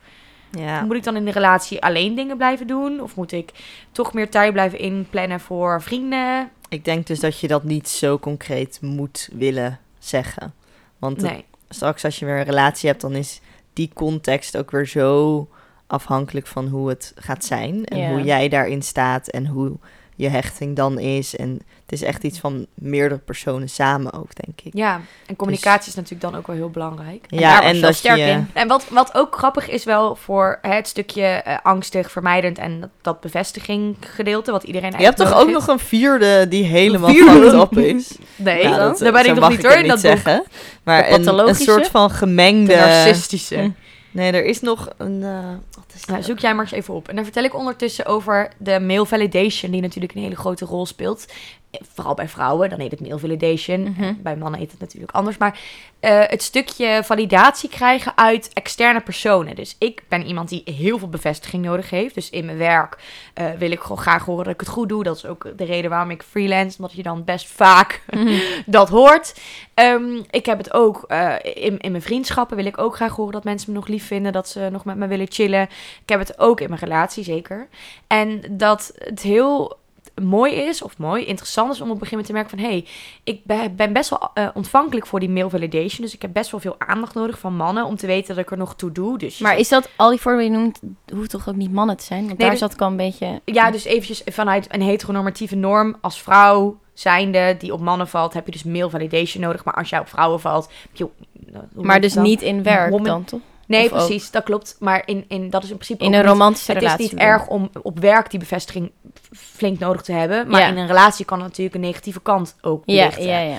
[SPEAKER 3] Ja.
[SPEAKER 2] Moet ik dan in de relatie alleen dingen blijven doen? Of moet ik toch meer tijd blijven inplannen voor vrienden?
[SPEAKER 3] Ik denk dus dat je dat niet zo concreet moet willen zeggen. Want het-
[SPEAKER 2] Nee.
[SPEAKER 3] straks als je weer een relatie hebt, dan is die context ook weer zo afhankelijk van hoe het gaat zijn. En
[SPEAKER 4] Ja.
[SPEAKER 3] hoe jij daarin staat en hoe je hechting dan is. En het is echt iets van meerdere personen samen ook, denk ik.
[SPEAKER 2] Ja, en communicatie is natuurlijk dan ook wel heel belangrijk.
[SPEAKER 3] Dus Ja,
[SPEAKER 2] daar was
[SPEAKER 3] en
[SPEAKER 2] je wel
[SPEAKER 3] dat je-
[SPEAKER 2] En wat, wat ook grappig is wel voor hè, het stukje eh, angstig, vermijdend en dat, dat bevestiging gedeelte, wat iedereen
[SPEAKER 3] Je hebt
[SPEAKER 2] eigenlijk
[SPEAKER 3] toch ook
[SPEAKER 2] nodig
[SPEAKER 3] nog een vierde die helemaal
[SPEAKER 2] Vierde?
[SPEAKER 3] fucked up is?
[SPEAKER 2] heeft? Nee,
[SPEAKER 3] Nou,
[SPEAKER 2] dat,
[SPEAKER 3] dat-
[SPEAKER 2] daar ben
[SPEAKER 3] zo
[SPEAKER 2] ik nog
[SPEAKER 3] mag
[SPEAKER 2] niet hoor
[SPEAKER 3] het
[SPEAKER 2] in dat boek.
[SPEAKER 3] zeggen. Maar een, een
[SPEAKER 4] pathologische?
[SPEAKER 3] soort van gemengde...
[SPEAKER 2] De narcistische.
[SPEAKER 4] Hm.
[SPEAKER 3] Nee, er is nog een... eh, wat is
[SPEAKER 2] Nou,
[SPEAKER 3] dat?
[SPEAKER 2] zoek jij maar eens even op. En dan vertel ik ondertussen over de male validation, die natuurlijk een hele grote rol speelt. Eh, Vooral bij vrouwen, dan heet het male
[SPEAKER 3] Hm.
[SPEAKER 2] validation.
[SPEAKER 4] Mhm.
[SPEAKER 2] Bij mannen heet het natuurlijk anders. Maar eh, het stukje validatie krijgen uit externe personen. Dus ik ben iemand die heel veel bevestiging nodig heeft. Dus in mijn werk eh, wil ik gewoon graag horen dat ik het goed doe. Dat is ook de reden waarom ik freelance, omdat je dan best vaak dat hoort. Ehm, ik heb het ook eh, in, in mijn vriendschappen wil ik ook graag horen dat mensen me nog lief vinden, dat ze nog met me willen chillen. Ik heb het ook in mijn relatie zeker. En dat het heel mooi is, of mooi, interessant is om op een gegeven moment te merken van... hé, hey, ik be- ben best wel eh, ontvankelijk voor die male validation. Dus ik heb best wel veel aandacht nodig van mannen om te weten dat ik er nog toe doe. Dus je
[SPEAKER 4] Maar is dat, al die voorbeelden die je noemt, hoeft toch ook niet mannen te zijn? Want daar
[SPEAKER 2] dus-
[SPEAKER 4] zat ik al een beetje...
[SPEAKER 2] Ja, dus eventjes vanuit een heteronormatieve norm als vrouw zijnde die op mannen valt, heb je dus male validation nodig. Maar als jij op vrouwen valt, heb je- hoe noem je
[SPEAKER 4] Maar dus
[SPEAKER 2] dat?
[SPEAKER 4] niet in werk
[SPEAKER 2] Woman-
[SPEAKER 4] dan, toch?
[SPEAKER 2] Nee,
[SPEAKER 4] of ook?
[SPEAKER 2] precies, dat klopt. Maar in, in dat is in principe
[SPEAKER 4] In
[SPEAKER 2] ook
[SPEAKER 4] een
[SPEAKER 2] niet-
[SPEAKER 4] romantische
[SPEAKER 2] Het is
[SPEAKER 4] relatie.
[SPEAKER 2] niet erg om op werk die bevestiging flink nodig te hebben, maar
[SPEAKER 4] Ja.
[SPEAKER 2] in een relatie kan het natuurlijk een negatieve kant ook
[SPEAKER 4] Ja,
[SPEAKER 2] lichten.
[SPEAKER 4] ja, ja.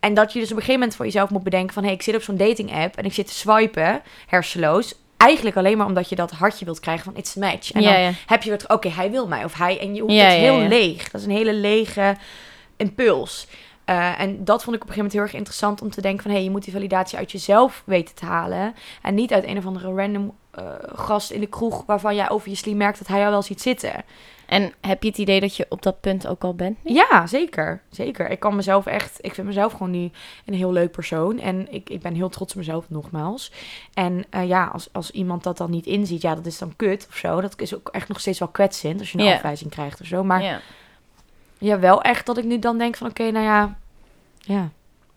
[SPEAKER 2] En dat je dus op een gegeven moment voor jezelf moet bedenken van... hé, hey, ik zit op zo'n dating app en ik zit te swipen, hersenloos. Eigenlijk alleen maar omdat je dat hartje wilt krijgen van it's a match. En
[SPEAKER 4] Ja,
[SPEAKER 2] dan
[SPEAKER 4] ja.
[SPEAKER 2] heb je weer het, oké, hij wil mij of hij... En je hoeft
[SPEAKER 4] Ja,
[SPEAKER 2] het
[SPEAKER 4] ja,
[SPEAKER 2] heel
[SPEAKER 4] ja.
[SPEAKER 2] leeg. Dat is een hele lege impuls. Eh, en dat vond ik op een gegeven moment heel erg interessant om te denken van... hé, hey, je moet die validatie uit jezelf weten te halen. En niet uit een of andere random eh, gast in de kroeg... waarvan jij obviously merkt dat hij jou wel ziet zitten.
[SPEAKER 4] En heb je het idee dat je op dat punt ook al bent?
[SPEAKER 2] Ja, zeker. Zeker. Ik kan mezelf echt. Ik vind mezelf gewoon nu een heel leuk persoon. En ik, ik ben heel trots op mezelf, nogmaals. En eh, ja, als, als iemand dat dan niet inziet, ja, dat is dan kut of zo. Dat is ook echt nog steeds wel kwetsend als je een
[SPEAKER 4] Ja.
[SPEAKER 2] afwijzing krijgt of zo. Maar ja.
[SPEAKER 4] ja.
[SPEAKER 2] wel echt dat ik nu dan denk van oké, nou ja, ja,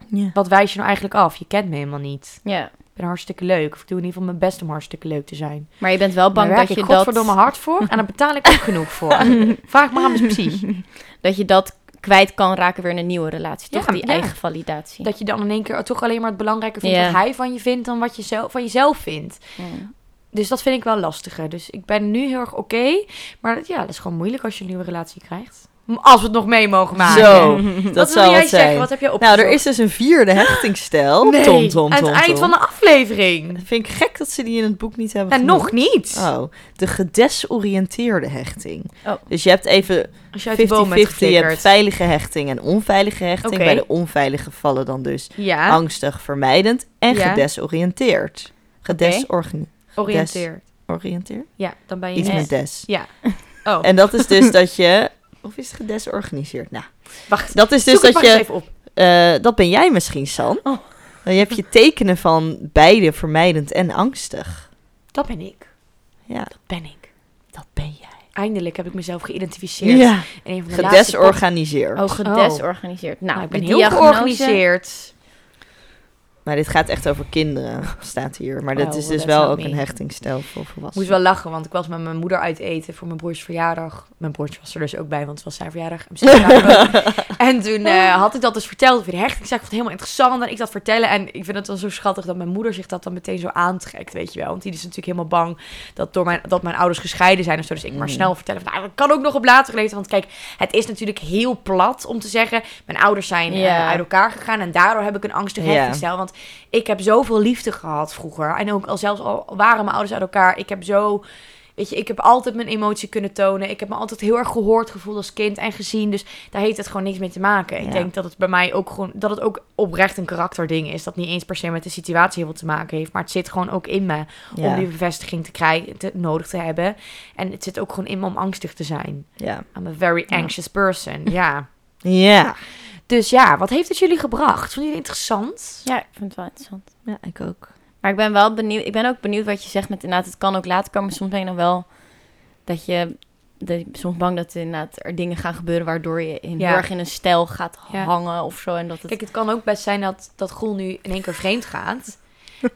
[SPEAKER 3] Ja.
[SPEAKER 2] wat wijs je nou eigenlijk af? Je kent me helemaal niet.
[SPEAKER 4] ja.
[SPEAKER 2] Ik ben hartstikke leuk. Of ik doe in ieder geval mijn best om hartstikke leuk te zijn.
[SPEAKER 4] Maar je bent wel
[SPEAKER 2] Daar
[SPEAKER 4] bang
[SPEAKER 2] werk
[SPEAKER 4] dat
[SPEAKER 2] ik
[SPEAKER 4] je dat,
[SPEAKER 2] godverdomme hard voor. En daar betaal ik ook genoeg voor. Vraag maar aan mijn psy.
[SPEAKER 4] dat je dat kwijt kan raken weer in een nieuwe relatie.
[SPEAKER 2] Ja,
[SPEAKER 4] toch die
[SPEAKER 2] ja.
[SPEAKER 4] eigen validatie.
[SPEAKER 2] Dat je dan in één keer toch alleen maar het belangrijker vindt
[SPEAKER 4] Ja.
[SPEAKER 2] wat hij van je vindt dan wat je zelf, van jezelf vindt.
[SPEAKER 4] Ja.
[SPEAKER 2] Dus dat vind ik wel lastiger. Dus ik ben nu heel erg oké. maar dat, ja, dat is gewoon moeilijk als je een nieuwe relatie krijgt. Als we het nog mee mogen maken.
[SPEAKER 3] Zo,
[SPEAKER 2] wat
[SPEAKER 3] dat
[SPEAKER 2] wil
[SPEAKER 3] zou
[SPEAKER 2] jij
[SPEAKER 3] het
[SPEAKER 2] zeggen?
[SPEAKER 3] zijn.
[SPEAKER 2] Wat heb jij opgezocht?
[SPEAKER 3] Nou, er is dus een vierde hechtingstijl.
[SPEAKER 2] Nee,
[SPEAKER 3] tom, tom,
[SPEAKER 2] aan het
[SPEAKER 3] tom,
[SPEAKER 2] eind
[SPEAKER 3] tom.
[SPEAKER 2] van de aflevering.
[SPEAKER 3] Vind ik gek dat ze die in het boek niet hebben
[SPEAKER 2] En
[SPEAKER 3] genoemd.
[SPEAKER 2] nog niet.
[SPEAKER 3] Oh, de gedesoriënteerde hechting.
[SPEAKER 4] Oh.
[SPEAKER 3] Dus je hebt even 50-50,
[SPEAKER 2] Als je uit de boom bent
[SPEAKER 3] je hebt
[SPEAKER 2] geflikkerd.
[SPEAKER 3] veilige hechting en onveilige hechting.
[SPEAKER 2] Oké.
[SPEAKER 3] Bij de onveilige vallen dan dus
[SPEAKER 2] Ja,
[SPEAKER 3] angstig, vermijdend en
[SPEAKER 2] Ja.
[SPEAKER 3] gedesoriënteerd. Gedesorganiseerd.
[SPEAKER 2] oriënteer. Ja, dan ben je...
[SPEAKER 3] Iets
[SPEAKER 4] Ja.
[SPEAKER 3] met des.
[SPEAKER 2] Oh,
[SPEAKER 3] En dat is dus dat je... Of is het gedesorganiseerd? Nou,
[SPEAKER 2] wacht.
[SPEAKER 3] dat is dus
[SPEAKER 2] Zoek het
[SPEAKER 3] dat
[SPEAKER 2] maar eens
[SPEAKER 3] je...
[SPEAKER 2] even op.
[SPEAKER 3] eh, dat ben jij misschien, San.
[SPEAKER 4] Oh.
[SPEAKER 3] Dan heb je tekenen van beide vermijdend en angstig.
[SPEAKER 2] Dat ben ik.
[SPEAKER 3] Ja,
[SPEAKER 2] Dat ben ik.
[SPEAKER 3] dat ben jij.
[SPEAKER 2] Eindelijk heb ik mezelf geïdentificeerd.
[SPEAKER 3] Ja.
[SPEAKER 2] In een van de laatste pod-
[SPEAKER 3] Gedesorganiseerd.
[SPEAKER 4] Oh, gedesorganiseerd. Nou,
[SPEAKER 2] Nou, ik ben
[SPEAKER 4] de
[SPEAKER 2] heel
[SPEAKER 4] diagnose-
[SPEAKER 2] georganiseerd.
[SPEAKER 3] Maar dit gaat echt over kinderen, staat hier. Maar dat
[SPEAKER 2] Oh,
[SPEAKER 3] is
[SPEAKER 2] well,
[SPEAKER 3] dus
[SPEAKER 2] that's
[SPEAKER 3] wel
[SPEAKER 2] not me.
[SPEAKER 3] ook een hechtingstijl voor volwassenen.
[SPEAKER 2] Moest wel lachen, want ik was met mijn moeder uit eten voor mijn broertjes verjaardag. Mijn broertje was er dus ook bij, want het was zijn verjaardag. en zijn verjaardag ook. en toen eh, had ik dat dus verteld over de hechtingzaak. Ik vond het helemaal interessant en ik dat vertellen. En ik vind het dan zo schattig dat mijn moeder zich dat dan meteen zo aantrekt, weet je wel. Want die is natuurlijk helemaal bang dat, door mijn, dat mijn ouders gescheiden zijn of zo. Dus ik maar
[SPEAKER 3] Mm.
[SPEAKER 2] snel vertellen. van, Nou, dat kan ook nog op later leeftijd. Want kijk, het is natuurlijk heel plat om te zeggen... mijn ouders zijn eh,
[SPEAKER 4] Ja.
[SPEAKER 2] uit elkaar gegaan en daardoor heb ik een angstig
[SPEAKER 3] Ja.
[SPEAKER 2] hechtingstijl. Want ik heb zoveel liefde gehad vroeger. En ook al zelfs al waren mijn ouders uit elkaar. Ik heb zo. Weet je, ik heb altijd mijn emotie kunnen tonen. Ik heb me altijd heel erg gehoord gevoeld als kind en gezien. Dus daar heeft het gewoon niks mee te maken.
[SPEAKER 3] Ja.
[SPEAKER 2] Ik denk dat het bij mij ook gewoon. Dat het ook oprecht een karakterding is. Dat niet eens per se met de situatie heel veel te maken heeft. Maar het zit gewoon ook in me. Om
[SPEAKER 3] Ja,
[SPEAKER 2] die bevestiging te krijgen. Te, nodig te hebben. En het zit ook gewoon in me om angstig te zijn.
[SPEAKER 3] ja.
[SPEAKER 2] I'm a very
[SPEAKER 3] Ja.
[SPEAKER 2] anxious person. Ja.
[SPEAKER 3] ja.
[SPEAKER 2] Dus ja, wat heeft het jullie gebracht? Vonden jullie het interessant?
[SPEAKER 4] Ja, ik vind het wel interessant.
[SPEAKER 3] Ja, ik ook.
[SPEAKER 4] Maar ik ben wel benieuwd. Ik ben ook benieuwd wat je zegt met inderdaad, het kan ook later komen. Soms ben je dan wel dat je, dat je soms bang dat er inderdaad er dingen gaan gebeuren waardoor je in,
[SPEAKER 2] Ja.
[SPEAKER 4] heel erg in een stijl gaat
[SPEAKER 2] Ja.
[SPEAKER 4] hangen of zo. En dat het,
[SPEAKER 2] Kijk, het kan ook best zijn dat, dat Groen nu in één keer vreemd gaat.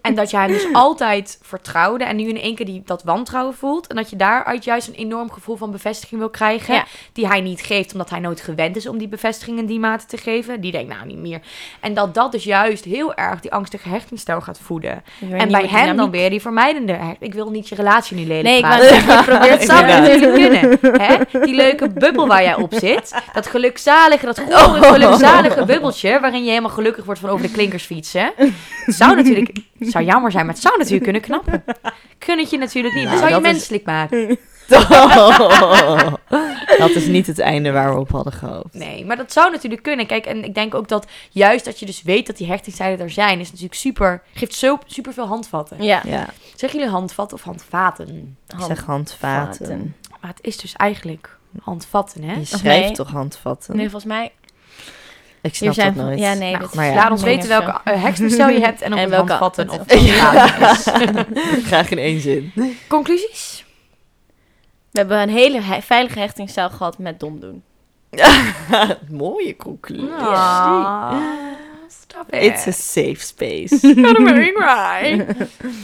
[SPEAKER 2] En dat jij hem dus altijd vertrouwde en nu in één keer die, dat wantrouwen voelt. En dat je daaruit juist een enorm gevoel van bevestiging wil krijgen.
[SPEAKER 4] Ja.
[SPEAKER 2] Die hij niet geeft, omdat hij nooit gewend is om die bevestiging in die mate te geven. Die denkt, nou niet meer. En dat dat dus juist heel erg die angstige hechtingstijl gaat voeden. en bij hem dan weer die vermijdende hecht- Ik wil niet je relatie nu lelijk
[SPEAKER 4] Nee, ik
[SPEAKER 2] praten.
[SPEAKER 4] wou zeggen, je
[SPEAKER 2] Maar
[SPEAKER 4] probeert
[SPEAKER 2] dat
[SPEAKER 4] het
[SPEAKER 2] zou
[SPEAKER 4] samen te
[SPEAKER 2] natuurlijk kunnen. Hè? Die leuke bubbel waar jij op zit. Dat gelukzalige, dat gore,
[SPEAKER 3] Oh.
[SPEAKER 2] gelukzalige bubbeltje... waarin je helemaal gelukkig wordt van over de klinkers fietsen. Het zou natuurlijk... het zou jammer zijn, maar het zou natuurlijk kunnen knappen. Kun het je natuurlijk niet.
[SPEAKER 3] Nou,
[SPEAKER 2] Dat zou je
[SPEAKER 3] dat is-
[SPEAKER 2] menselijk maken.
[SPEAKER 3] dat is niet het einde waar we op hadden gehoopt.
[SPEAKER 2] Nee, maar dat zou natuurlijk kunnen. Kijk, en ik denk ook dat juist dat je dus weet... dat die hechtingszijden er zijn, is natuurlijk super... geeft zo, super veel handvatten.
[SPEAKER 4] Ja, Oh,
[SPEAKER 3] Ja,
[SPEAKER 2] Zeggen jullie handvat of handvaten?
[SPEAKER 3] ik zeg handvaten.
[SPEAKER 4] handvaten.
[SPEAKER 2] Maar het is dus eigenlijk handvatten, hè?
[SPEAKER 3] Je
[SPEAKER 4] Of
[SPEAKER 3] schrijft
[SPEAKER 4] nee.
[SPEAKER 3] toch handvatten?
[SPEAKER 4] Nee, volgens mij. Hier
[SPEAKER 3] Ik snap
[SPEAKER 4] zijn
[SPEAKER 3] dat nooit.
[SPEAKER 4] Ja, nee.
[SPEAKER 2] Nou,
[SPEAKER 4] dat is-
[SPEAKER 3] maar ja.
[SPEAKER 2] Laat ons
[SPEAKER 4] Nee,
[SPEAKER 2] weten
[SPEAKER 4] dat is-
[SPEAKER 2] welke eh, heksterstel je hebt en, op
[SPEAKER 4] En
[SPEAKER 2] het
[SPEAKER 4] welke
[SPEAKER 2] handvatten of
[SPEAKER 4] hand-
[SPEAKER 2] het handvaten is.
[SPEAKER 3] Graag in één zin.
[SPEAKER 2] Conclusies?
[SPEAKER 4] We hebben een hele he- veilige hechtingstijl gehad met dom doen.
[SPEAKER 3] Mooie conclusie.
[SPEAKER 2] Ah, Stop it.
[SPEAKER 3] It's a safe space.
[SPEAKER 2] Got a marine ride.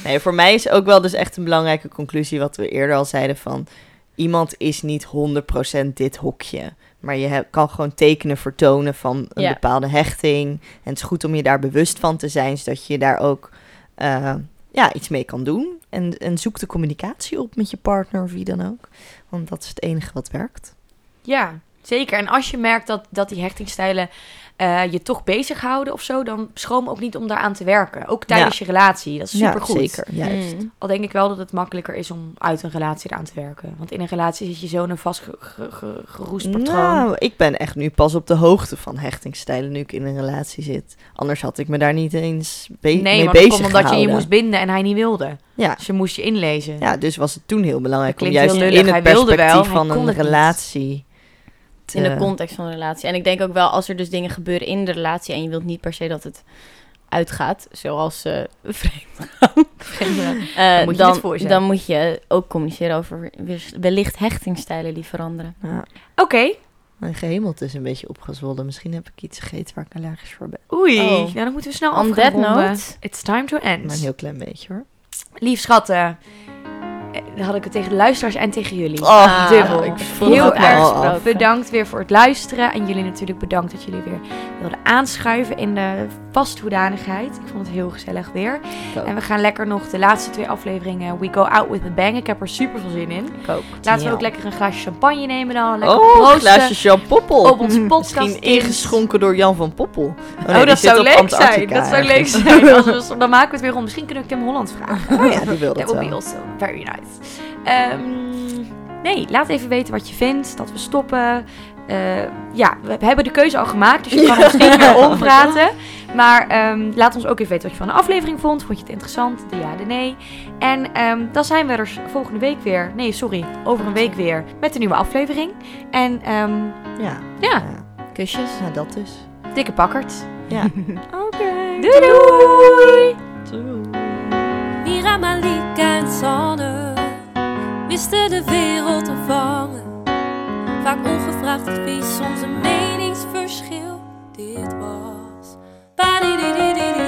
[SPEAKER 3] nee, voor mij is ook wel dus echt een belangrijke conclusie wat we eerder al zeiden van... Iemand is niet 100% dit hokje. Maar je he- kan gewoon tekenen vertonen van een
[SPEAKER 4] Ja.
[SPEAKER 3] bepaalde hechting. En het is goed om je daar bewust van te zijn, zodat je daar ook eh, ja, iets mee kan doen. En, en zoek de communicatie op met je partner of wie dan ook. Want dat is het enige wat werkt.
[SPEAKER 2] Ja, zeker. En als je merkt dat, dat die hechtingstijlen eh, je toch bezighouden of zo, dan schroom ook niet om daaraan te werken. Ook tijdens je relatie. Dat is supergoed.
[SPEAKER 3] Ja, zeker. Juist.
[SPEAKER 4] Mm.
[SPEAKER 2] Al denk ik wel dat het makkelijker is om uit een relatie eraan te werken. Want in een relatie zit je zo in een vast ge- ge- ge- geroest patroon.
[SPEAKER 3] Nou, ik ben echt nu pas op de hoogte van hechtingsstijlen nu ik in een relatie zit. Anders had ik me daar niet eens be-
[SPEAKER 2] nee,
[SPEAKER 3] mee
[SPEAKER 2] maar dat
[SPEAKER 3] bezig
[SPEAKER 2] komt omdat je je
[SPEAKER 3] gehouden.
[SPEAKER 2] moest binden en hij niet wilde.
[SPEAKER 3] Ja,
[SPEAKER 2] Dus je moest je inlezen.
[SPEAKER 3] ja, dus was het toen heel belangrijk
[SPEAKER 2] Dat
[SPEAKER 3] om
[SPEAKER 2] klinkt
[SPEAKER 3] juist
[SPEAKER 2] heel
[SPEAKER 3] in
[SPEAKER 2] lullig.
[SPEAKER 3] het
[SPEAKER 2] Hij wilde wel,
[SPEAKER 3] perspectief
[SPEAKER 2] hij
[SPEAKER 3] van
[SPEAKER 2] kon
[SPEAKER 3] een
[SPEAKER 2] het niet.
[SPEAKER 3] relatie te...
[SPEAKER 4] In
[SPEAKER 2] eh,
[SPEAKER 4] de context van de relatie. En ik denk ook wel, als er dus dingen gebeuren in de relatie en je wilt niet per se dat het uitgaat, zoals eh vreemd gaan, eh,
[SPEAKER 2] Dan moet je dit voor
[SPEAKER 4] dan,
[SPEAKER 2] zijn.
[SPEAKER 4] dan moet je ook communiceren over weer- wellicht hechtingstijlen die veranderen.
[SPEAKER 3] Ja,
[SPEAKER 2] Oké.
[SPEAKER 3] mijn gehemelte is een beetje opgezwollen. Misschien heb ik iets gegeten waar ik allergisch voor ben.
[SPEAKER 2] Oei,
[SPEAKER 4] Oh.
[SPEAKER 2] nou dan moeten we snel
[SPEAKER 4] On that
[SPEAKER 2] afronden.
[SPEAKER 4] note,
[SPEAKER 2] It's time to
[SPEAKER 3] Maar een
[SPEAKER 2] end.
[SPEAKER 3] heel klein beetje hoor.
[SPEAKER 2] Lief schatten. Eh, Dan had ik het tegen de luisteraars en tegen jullie.
[SPEAKER 4] Ah,
[SPEAKER 2] dubbel.
[SPEAKER 3] Oh, Ik vroeg
[SPEAKER 2] Heel
[SPEAKER 3] het me
[SPEAKER 2] erg
[SPEAKER 3] al af.
[SPEAKER 4] gesproken.
[SPEAKER 2] Bedankt weer voor het luisteren. En jullie natuurlijk bedankt dat jullie weer wilden aanschuiven in de vasthoedanigheid. Ik vond het heel gezellig weer.
[SPEAKER 3] ook.
[SPEAKER 2] En we gaan lekker nog de laatste twee afleveringen We Go Out With A Bang. Ik heb er super veel zin in.
[SPEAKER 4] ook.
[SPEAKER 2] Laten
[SPEAKER 3] Ja.
[SPEAKER 2] we ook lekker een glaasje champagne nemen dan. Lekker
[SPEAKER 3] Oh, een
[SPEAKER 2] proosten
[SPEAKER 3] glaasje Jean Poppel.
[SPEAKER 2] op ons podcast.
[SPEAKER 3] Misschien ingeschonken door Jan van Poppel. Oh, nee,
[SPEAKER 2] Oh,
[SPEAKER 3] die
[SPEAKER 2] dat
[SPEAKER 3] zit
[SPEAKER 2] zou
[SPEAKER 3] op
[SPEAKER 2] leuk
[SPEAKER 3] Antarctica
[SPEAKER 2] zijn. Dat zou leuk
[SPEAKER 3] ergens.
[SPEAKER 2] zijn. Als we, dan maken we het weer om. Misschien kunnen we Kim Holland vragen.
[SPEAKER 3] Oh ja, die wil
[SPEAKER 2] That
[SPEAKER 3] dat
[SPEAKER 2] would
[SPEAKER 3] wel.
[SPEAKER 2] be also very nice. Ehm, nee, laat even weten wat je vindt. Dat we stoppen. Eh, ja, we hebben de keuze al gemaakt. Dus je kan ons niet meer ompraten. Maar ehm, laat ons ook even weten wat je van de aflevering vond. Vond je het interessant? De ja, de nee. En ehm, dan zijn we er s- volgende week weer. Nee, sorry. Over een week weer. Met een nieuwe aflevering. En ehm,
[SPEAKER 3] Ja.
[SPEAKER 2] ja,
[SPEAKER 4] Kusjes.
[SPEAKER 3] Ja, dat dus.
[SPEAKER 2] dikke pakkerd.
[SPEAKER 3] Ja.
[SPEAKER 2] Doei doei!
[SPEAKER 1] Miramalik en Sanne wisten de wereld te vangen. Vaak ongevraagd advies, soms een meningsverschil. Dit was. Padididididi. Oh,